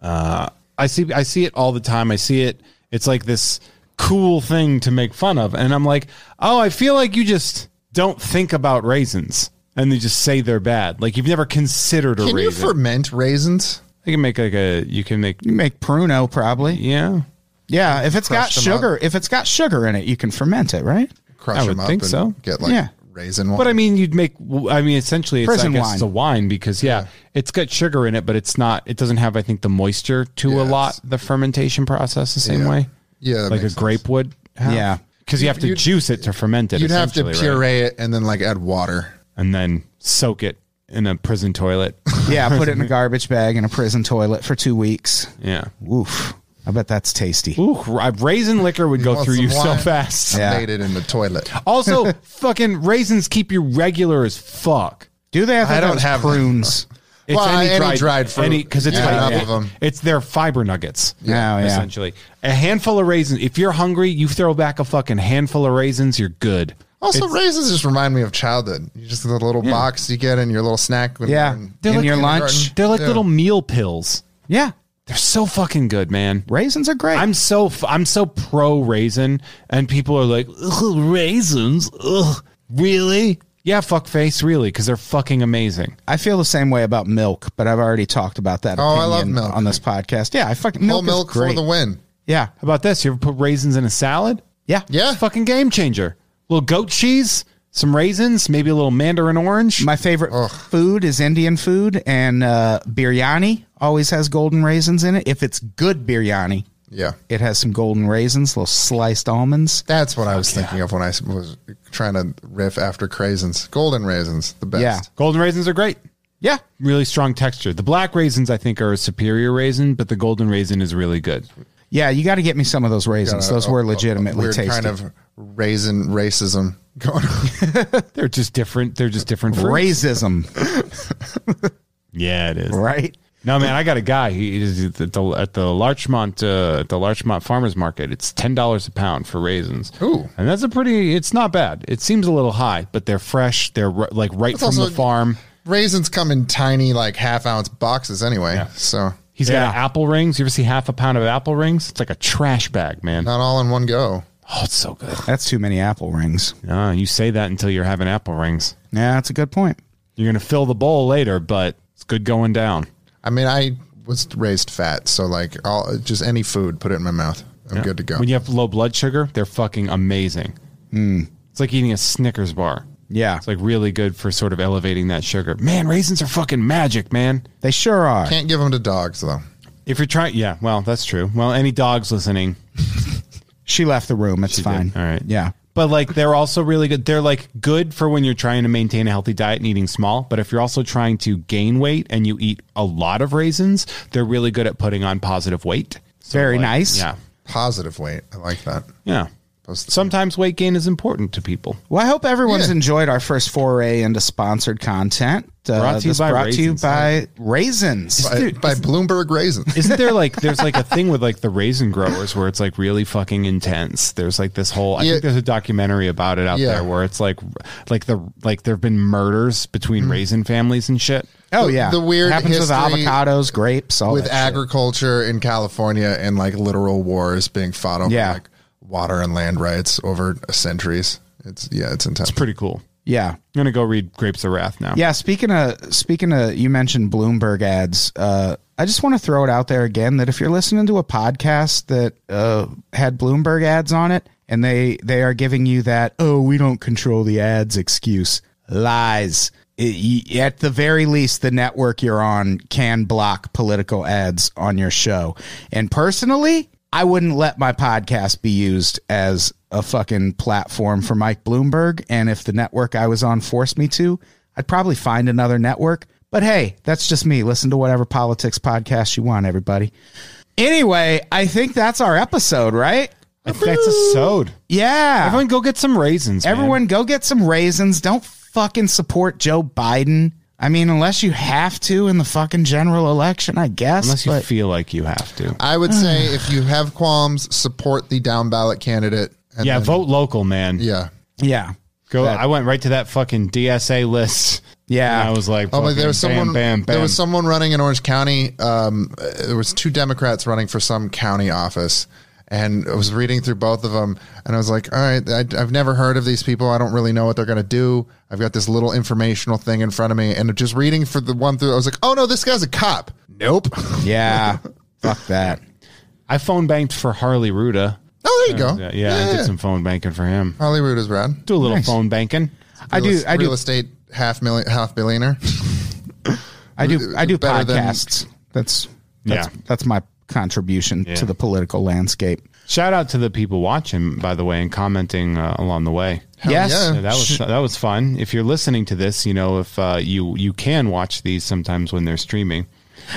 C: Uh, I see, I see it all the time. I see it. It's like this cool thing to make fun of, and I'm like, oh, I feel like you just don't think about raisins, and they just say they're bad. Like you've never considered a
D: Can you
C: raisin.
D: ferment raisins?
C: you can make like a, you can make,
B: You make pruno probably.
C: yeah.
B: Yeah, if it's got
D: Crush them up.
B: sugar, if it's got sugar in it, you can ferment it, right?
D: Crush
C: I would
D: them up
C: think
D: and
C: so.
D: get like
B: Yeah.
D: raisin wine.
C: But I mean, you'd make. I mean, essentially, it's,
B: Prison
C: I guess
B: wine.
C: it's a wine because yeah, it's got sugar in it, but it's not. It doesn't have, I think, the moisture to a
D: Yeah,
C: lot.
D: it's-
C: The fermentation process the same
D: Yeah.
C: way.
D: Yeah, that
C: like a
D: makes sense.
C: grape would. Have.
B: Yeah.
C: because you have to
D: You'd-
C: juice it to ferment it.
D: you'd have to
C: essentially, right?
D: puree it and then like add water.
C: and then soak it in a prison toilet.
B: Yeah, put it in a garbage bag in a prison toilet for two weeks.
C: yeah.
B: Oof. I bet that's tasty.
C: Ooh, ra- raisin liquor would go
D: want
C: through
D: some
C: you so
D: wine?
C: fast.
B: Yeah.
D: Made it in the toilet.
C: Also, fucking raisins keep you regular as fuck.
B: Do they? have
D: I don't have them.
B: prunes.
C: It's
D: Well, any dried fruit.
C: because it's
D: Yeah,
C: fiber-
D: enough of 'em.
C: It's their fiber nuggets.
B: Yeah. Oh, yeah.
C: essentially a handful of raisins. If you're hungry, you throw back a fucking handful of raisins. You're good.
D: Also, raisins just remind me of childhood. You just the little box you get in your little snack. When
B: Yeah.
D: you're in-
B: They're
D: in
B: like-
D: your
B: in
D: lunch.
B: garden.
C: They're like
D: Yeah.
C: little meal pills.
B: yeah,
C: They're so fucking good, man.
B: raisins are great.
C: I'm so f- I'm so pro raisin, and people are like Ugh, raisins. Ugh, really? Yeah, fuck face, really, because they're fucking amazing.
B: I feel the same way about milk, but I've already talked about that.
D: Oh, I
B: opinion
D: love milk.
B: on this podcast. Yeah, I fucking milk,
D: whole
B: is
D: milk for
B: great.
D: the win.
B: yeah,
C: How about this? You ever put raisins in a salad?
B: yeah,
D: Yeah.
C: Fucking game changer. Little goat cheese, some raisins, maybe a little mandarin orange.
B: My favorite food is Indian food, and uh, biryani always has golden raisins in it. If it's good biryani,
D: Yeah.
B: it has some golden raisins, little sliced almonds.
D: That's what I was thinking of when I was trying to riff after craisins. Golden raisins, the best. Uh,
B: Yeah.
C: Golden raisins are great.
B: Yeah,
C: really strong texture. The black raisins, I think, are a superior raisin, but the golden raisin is really good.
B: yeah, you got to get me some of those raisins.
D: Uh,
B: those
D: a- a-
B: were
D: a
B: legitimately
D: weird
B: tasty.
D: kind of raisin racism going on.
C: They're just different. They're just different. Fruits.
B: Raisism,
C: Yeah, it is.
B: right?
C: No, man, I got a guy. He is at the, at the Larchmont uh, at the Larchmont Farmers Market. It's ten dollars a pound for raisins.
D: Ooh.
C: and that's a pretty. It's not bad. It seems a little high, but they're fresh. They're r- like right
D: That's
C: from
D: also-
C: the farm.
D: Raisins come in tiny, like half ounce boxes anyway. So
C: He's got
B: Yeah.
C: apple rings. You ever see half a pound of apple rings? It's like a trash bag, man.
D: not all in one go.
C: Oh, it's so good.
B: That's too many apple rings.
C: Ah, you say that until you're having apple rings.
B: Yeah, that's a good point.
C: You're gonna fill the bowl later, but it's good going down.
D: I mean, I was raised fat, so like all just any food, put it in my mouth. I'm good to go.
C: When you have low blood sugar, they're fucking amazing. It's like eating a Snickers bar.
B: Yeah,
C: It's like really good for sort of elevating that sugar. Man, raisins are fucking magic, man.
B: they sure are.
D: Can't give them to dogs though.
C: If you're trying, yeah, well, that's true. Well, any dogs listening,
B: She left the room. It's fine.
C: All right.
B: Yeah.
C: but like they're also really good. They're like good for when you're trying to maintain a healthy diet and eating small. But if you're also trying to gain weight and you eat a lot of raisins, they're really good at putting on positive weight. So,
B: Very
C: like,
B: nice.
C: Yeah.
D: Positive weight. I like that.
C: Yeah.
D: Post
C: Sometimes weight gain is important to people.
B: Well, I hope everyone's
D: Yeah.
B: enjoyed our first foray into sponsored content. Uh,
C: Brought to you
B: this
C: by
B: brought to you
C: Raisins.
B: by Raisins.
D: by, by Bloomberg Raisin.
C: Isn't there like there's like a thing with like the raisin growers where it's like really fucking intense. There's like this whole I
D: Yeah.
C: think there's a documentary about it out
D: Yeah.
C: there where it's like like the like there've been murders between
D: Mm-hmm.
C: raisin families and shit.
B: Oh
D: The-
B: yeah,
D: the weird
B: happens with
D: history
B: avocados, grapes, all
D: with
B: that shit.
D: agriculture in California and like literal wars being fought over
B: Yeah.
D: like water and land rights over centuries. It's yeah, it's intense.
C: It's pretty cool.
B: Yeah,
C: I'm gonna go read Grapes of Wrath now.
B: yeah. Speaking of speaking of, you mentioned Bloomberg ads. Uh, I just want to throw it out there again that if you're listening to a podcast that uh, had Bloomberg ads on it and they they are giving you that oh we don't control the ads excuse lies. It- y- at the very least, the network you're on can block political ads on your show. And personally, I wouldn't let my podcast be used as a fucking platform for Mike Bloomberg. And if the network I was on forced me to, I'd probably find another network. But hey, that's just me. Listen to whatever politics podcast you want, everybody. Anyway, I think that's our episode, right?
C: I think that's a sode.
B: Yeah.
C: Everyone go get some raisins. man.
B: Everyone, go get some raisins. Don't fucking support Joe Biden. I mean, unless you have to in the fucking general election, I guess.
C: unless you
B: but-
C: feel like you have to.
D: I would say if you have qualms, support the down ballot candidate. And
C: yeah,
D: then-
C: vote local, man.
D: Yeah.
B: yeah,
C: Go. I went right to that fucking DSA list.
B: Yeah.
C: and I was like,
D: Oh, but there was
C: fucking
D: someone.
C: Bam, bam, bam.
D: There was someone running in Orange County. Um, uh, there was two Democrats running for some county office, and I was reading through both of them, and I was like, "All right, I, I've never heard of these people. I don't really know what they're going to do. I've got this little informational thing in front of me, and just reading for the one through, I was like, "Oh no, this guy's a cop. Nope. oh,
B: yeah. Fuck that.
C: I phone banked for Harley Ruda.
D: Oh, there you go.
C: Yeah, yeah, I did some phone banking for him.
D: Hollywood is rad.
C: Do a little phone banking.
B: I do. I
D: real
B: do.
D: estate half million, half billionaire.
B: I do. I do
D: better than-
B: podcasts. that's that's
C: Yeah.
B: that's my contribution to the political landscape.
C: Shout out to the people watching, by the way, and commenting uh, along the way.
B: yes.
D: yeah.
C: Yeah, that was that was fun. If you're listening to this, you know if uh, you you can watch these sometimes when they're streaming.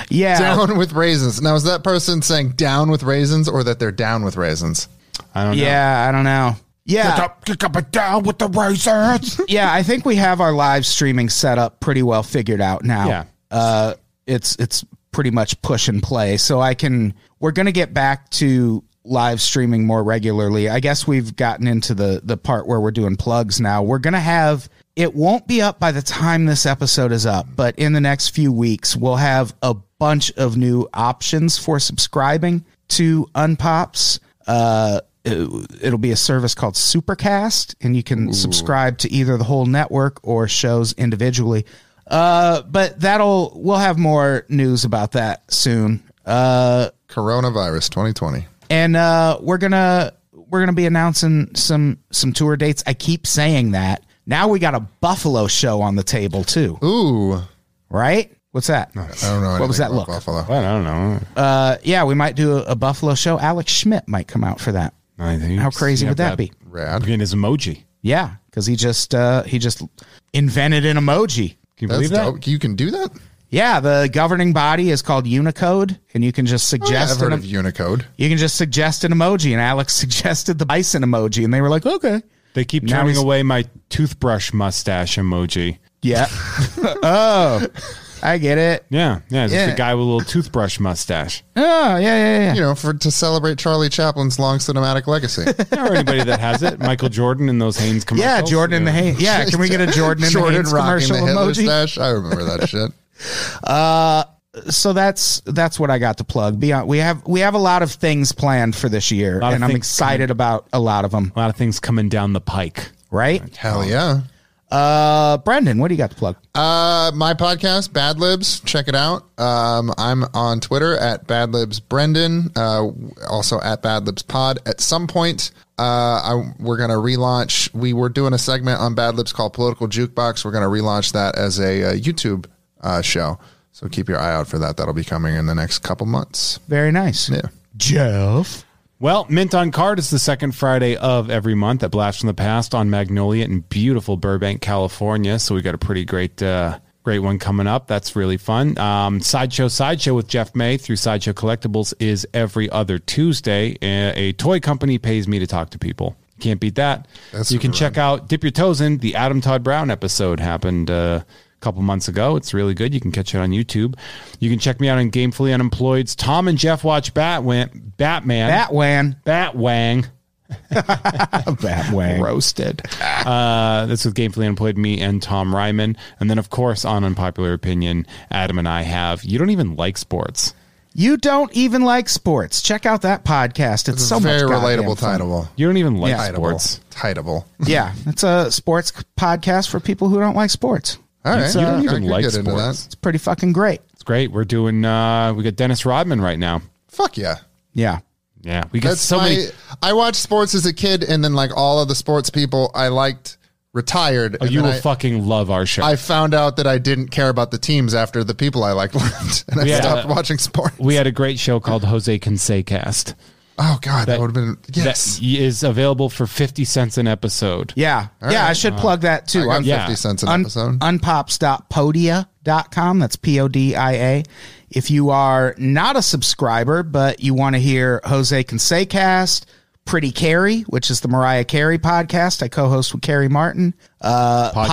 B: Yeah.
D: down with raisins. Now is that person saying down with raisins or that they're down with raisins?
C: I don't know.
B: Yeah, I don't know. Yeah. Get up, and down with the razors. yeah, I think we have our live streaming setup pretty well figured out now.
C: Yeah.
B: Uh, it's it's pretty much push and play. So I can we're gonna get back to live streaming more regularly. I guess we've gotten into the the part where we're doing plugs now. We're gonna have it won't be up by the time this episode is up, but in the next few weeks we'll have a bunch of new options for subscribing to Unpops. Uh it- it'll be a service called Supercast, and you can subscribe to either the whole network or shows individually. Uh, but that'll we'll have more news about that soon. Uh,
D: Coronavirus 2020.
B: and uh, we're gonna we're gonna be announcing some some tour dates. I keep saying that. Now we got a Buffalo show on the table too,
D: Ooh, I
B: right? What's that?
D: don't know.
B: What was
D: anything
B: that
D: about
B: look?
D: Buffalo.
C: Well, I don't know.
B: Uh, yeah, we might do a, a Buffalo show. Alex Schmidt might come out for that.
C: I think-
B: How crazy
C: yeah,
B: would that be?
D: Rad.
C: Again, his emoji.
B: Yeah, because he just uh, he just invented an emoji.
C: Can you
D: That's
C: believe that?
D: dope. You can do that. Oh,
B: Yeah, the governing body is called Unicode, and you can just
D: Oh, yeah, I've
B: suggest
D: heard
B: an,
D: of Unicode.
B: you can just suggest an emoji. And Alex suggested the bison emoji, and they were like, okay,
C: They keep
B: Now
C: turning
B: he's-
C: away my toothbrush mustache emoji.
B: yeah, oh, I get it.
C: Yeah, yeah. It's just
B: Yeah.
C: a guy with a little toothbrush mustache.
B: Oh, yeah, yeah,
D: You
B: yeah.
D: know, for to celebrate Charlie Chaplin's long cinematic legacy.
C: or anybody that has it. Michael Jordan in those Hanes commercials.
B: Yeah, Jordan in the Haynes. Yeah, can we get a Jordan in the
D: Jordan
B: Haynes
D: rocking
B: commercial
D: the Hitler
B: emoji?
D: stash. I remember that shit.
B: So that's that's what I got to plug. Beyond, we have we have a lot of things planned for this year,
C: Lot of
B: and I'm
C: things
B: excited about a lot of them.
C: A lot of things coming down the pike.
B: Right,
D: Hell yeah.
B: uh, Brendan, what do you got to plug?
D: Uh, my podcast, Bad Libs, check it out. Um, I'm on Twitter at Bad Libs Brendan, uh, also at Bad Libs Pod. At some point, uh, I, we're gonna relaunch. We were doing a segment on Bad Libs called Political Jukebox. We're gonna relaunch that as a, uh YouTube uh, show. So keep your eye out for that. That'll be coming in the next couple months.
B: Very nice.
D: Yeah.
B: Jeff.
C: Well, Mint on Card is the second Friday of every month at Blast from the Past on Magnolia in beautiful Burbank, California. So we got a pretty great, uh, great one coming up. That's really fun. Um, Sideshow Sideshow with Jeff May through Sideshow Collectibles is every other Tuesday. A, a toy company pays me to talk to people. Can't beat that.
D: That's
C: you can
D: right.
C: check out Dip Your Toes In. The Adam Todd Brown episode happened uh, a couple months ago. It's really good. You can catch it on YouTube. You can check me out on Gamefully Unemployed's Tom and Jeff Watch Batwin, Batman.
B: Batwan.
C: Batwang
E: Batwang.
C: roasted. Uh, that's with Gamefully Unemployed, me and Tom Ryman. And then, of course, on Unpopular Opinion, Adam and I have. You don't even like sports.
B: You don't even like sports. Check out that podcast. It's, so
D: very
B: much goddamn
D: relatable
B: fun.
D: titable.
C: You don't even like
D: Titable.
C: sports.
D: Titable.
B: Yeah, it's a sports podcast for people who don't like sports.
D: All right.
C: You don't even
D: I could
C: like
D: get into
C: sports.
D: that.
B: It's pretty fucking great.
C: It's great. We're doing. uh We got Dennis Rodman right now.
D: Fuck yeah.
B: Yeah.
C: Yeah, we got
D: That's
C: so
D: my.
C: many.
D: I watched sports as a kid, and then like all of the sports people I liked retired.
C: Oh,
D: and
C: you
D: then
C: will
D: I,
C: fucking love our show.
D: I found out that I didn't care about the teams after the people I liked left, and I
C: Yeah.
D: stopped watching sports.
C: we had a great show called Jose Consaycast
D: oh god, that, would have been yes.
C: that is available for fifty cents an episode.
B: Yeah. yeah, I should plug that
D: I
B: too.
D: got
B: Un-
C: yeah.
D: fifty cents an
B: un-
D: episode.
B: unpops.podia.com. That's P O D I A. If you are not a subscriber, but you want to hear Jose Consaycast, Pretty Carey, which is the Mariah Carey podcast I co host with Carey Martin, uh,
C: Podcast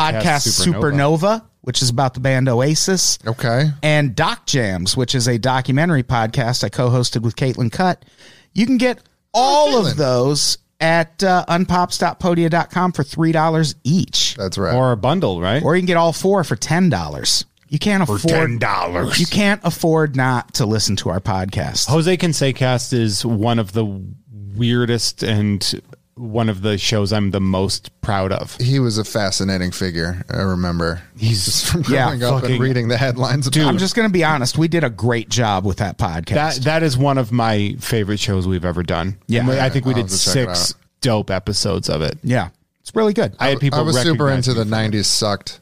B: podcast,
C: Supernova.
B: Supernova. which is about the band Oasis.
D: okay,
B: and Doc Jams, which is a documentary podcast I co-hosted with Caitlin Cutt. You can get all
D: Caitlin.
B: of those at uh, unpops.podia.com for three dollars each,
D: that's right.
C: Or a bundle, right?
B: or you can get all four for ten dollars. You can't afford
C: dollars. Oh,
B: You can't afford not to listen to our podcast.
C: Jose Consaycast is one of the weirdest and one of the shows I'm the most proud of.
D: he was a fascinating figure. I remember
C: He's
D: just from
B: yeah,
D: growing up and
C: fucking-
D: reading the headlines. Dude,
B: I'm just going to be honest. We did a great job with that podcast.
C: That that is one of my favorite shows we've ever done.
B: Yeah.
C: And we- I think we
D: I'll
C: did
D: have to check it
C: six
D: out.
C: dope episodes of it.
B: yeah, it's really good. Uh,
C: I had people.
D: I was super
C: recognize
D: into the
C: me.
D: '90s. Sucked.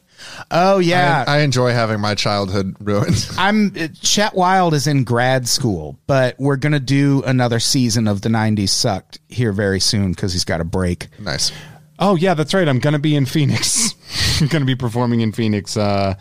B: oh yeah,
D: I, I enjoy having my childhood ruined.
B: I'm Chet Wild is in grad school, but we're gonna do another season of the '90s sucked here very soon because he's got a break.
D: nice.
C: Oh yeah, that's right. I'm gonna be in Phoenix. I'm gonna be performing in Phoenix uh,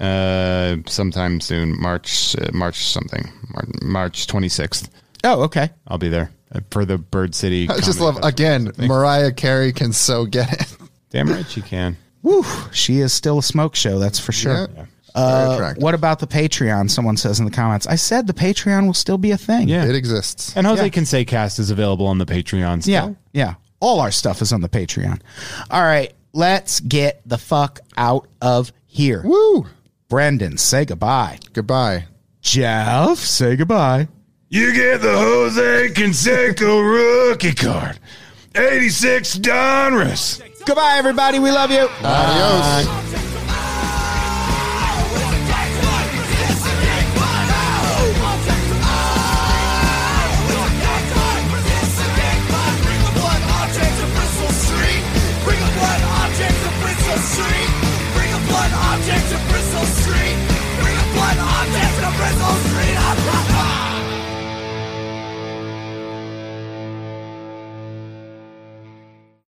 C: uh, sometime soon. March uh, March something. Mar- March 26th.
B: Oh, okay.
C: I'll be there uh, for the Bird City.
D: I just
C: Comedy
D: love
C: Festival.
D: again. Mariah Carey can so get it.
C: Damn right she can.
B: Woo, she is still a smoke show, that's for
D: Yeah.
B: sure.
D: Very
B: Uh,
D: attractive.
B: what about the Patreon? Someone says in the comments. I said the Patreon will still be a thing.
C: Yeah.
D: It exists.
C: And Jose
B: Yeah.
C: can say cast is available on the Patreon. Still.
B: yeah, yeah. All our stuff is on the Patreon. All right, let's get the fuck out of here.
D: Woo!
B: Brendan, say goodbye.
D: Goodbye.
B: Jeff, say goodbye.
C: You get the Jose Canseco rookie card. 86 Donruss.
B: Goodbye, everybody. We love you.
D: Adios.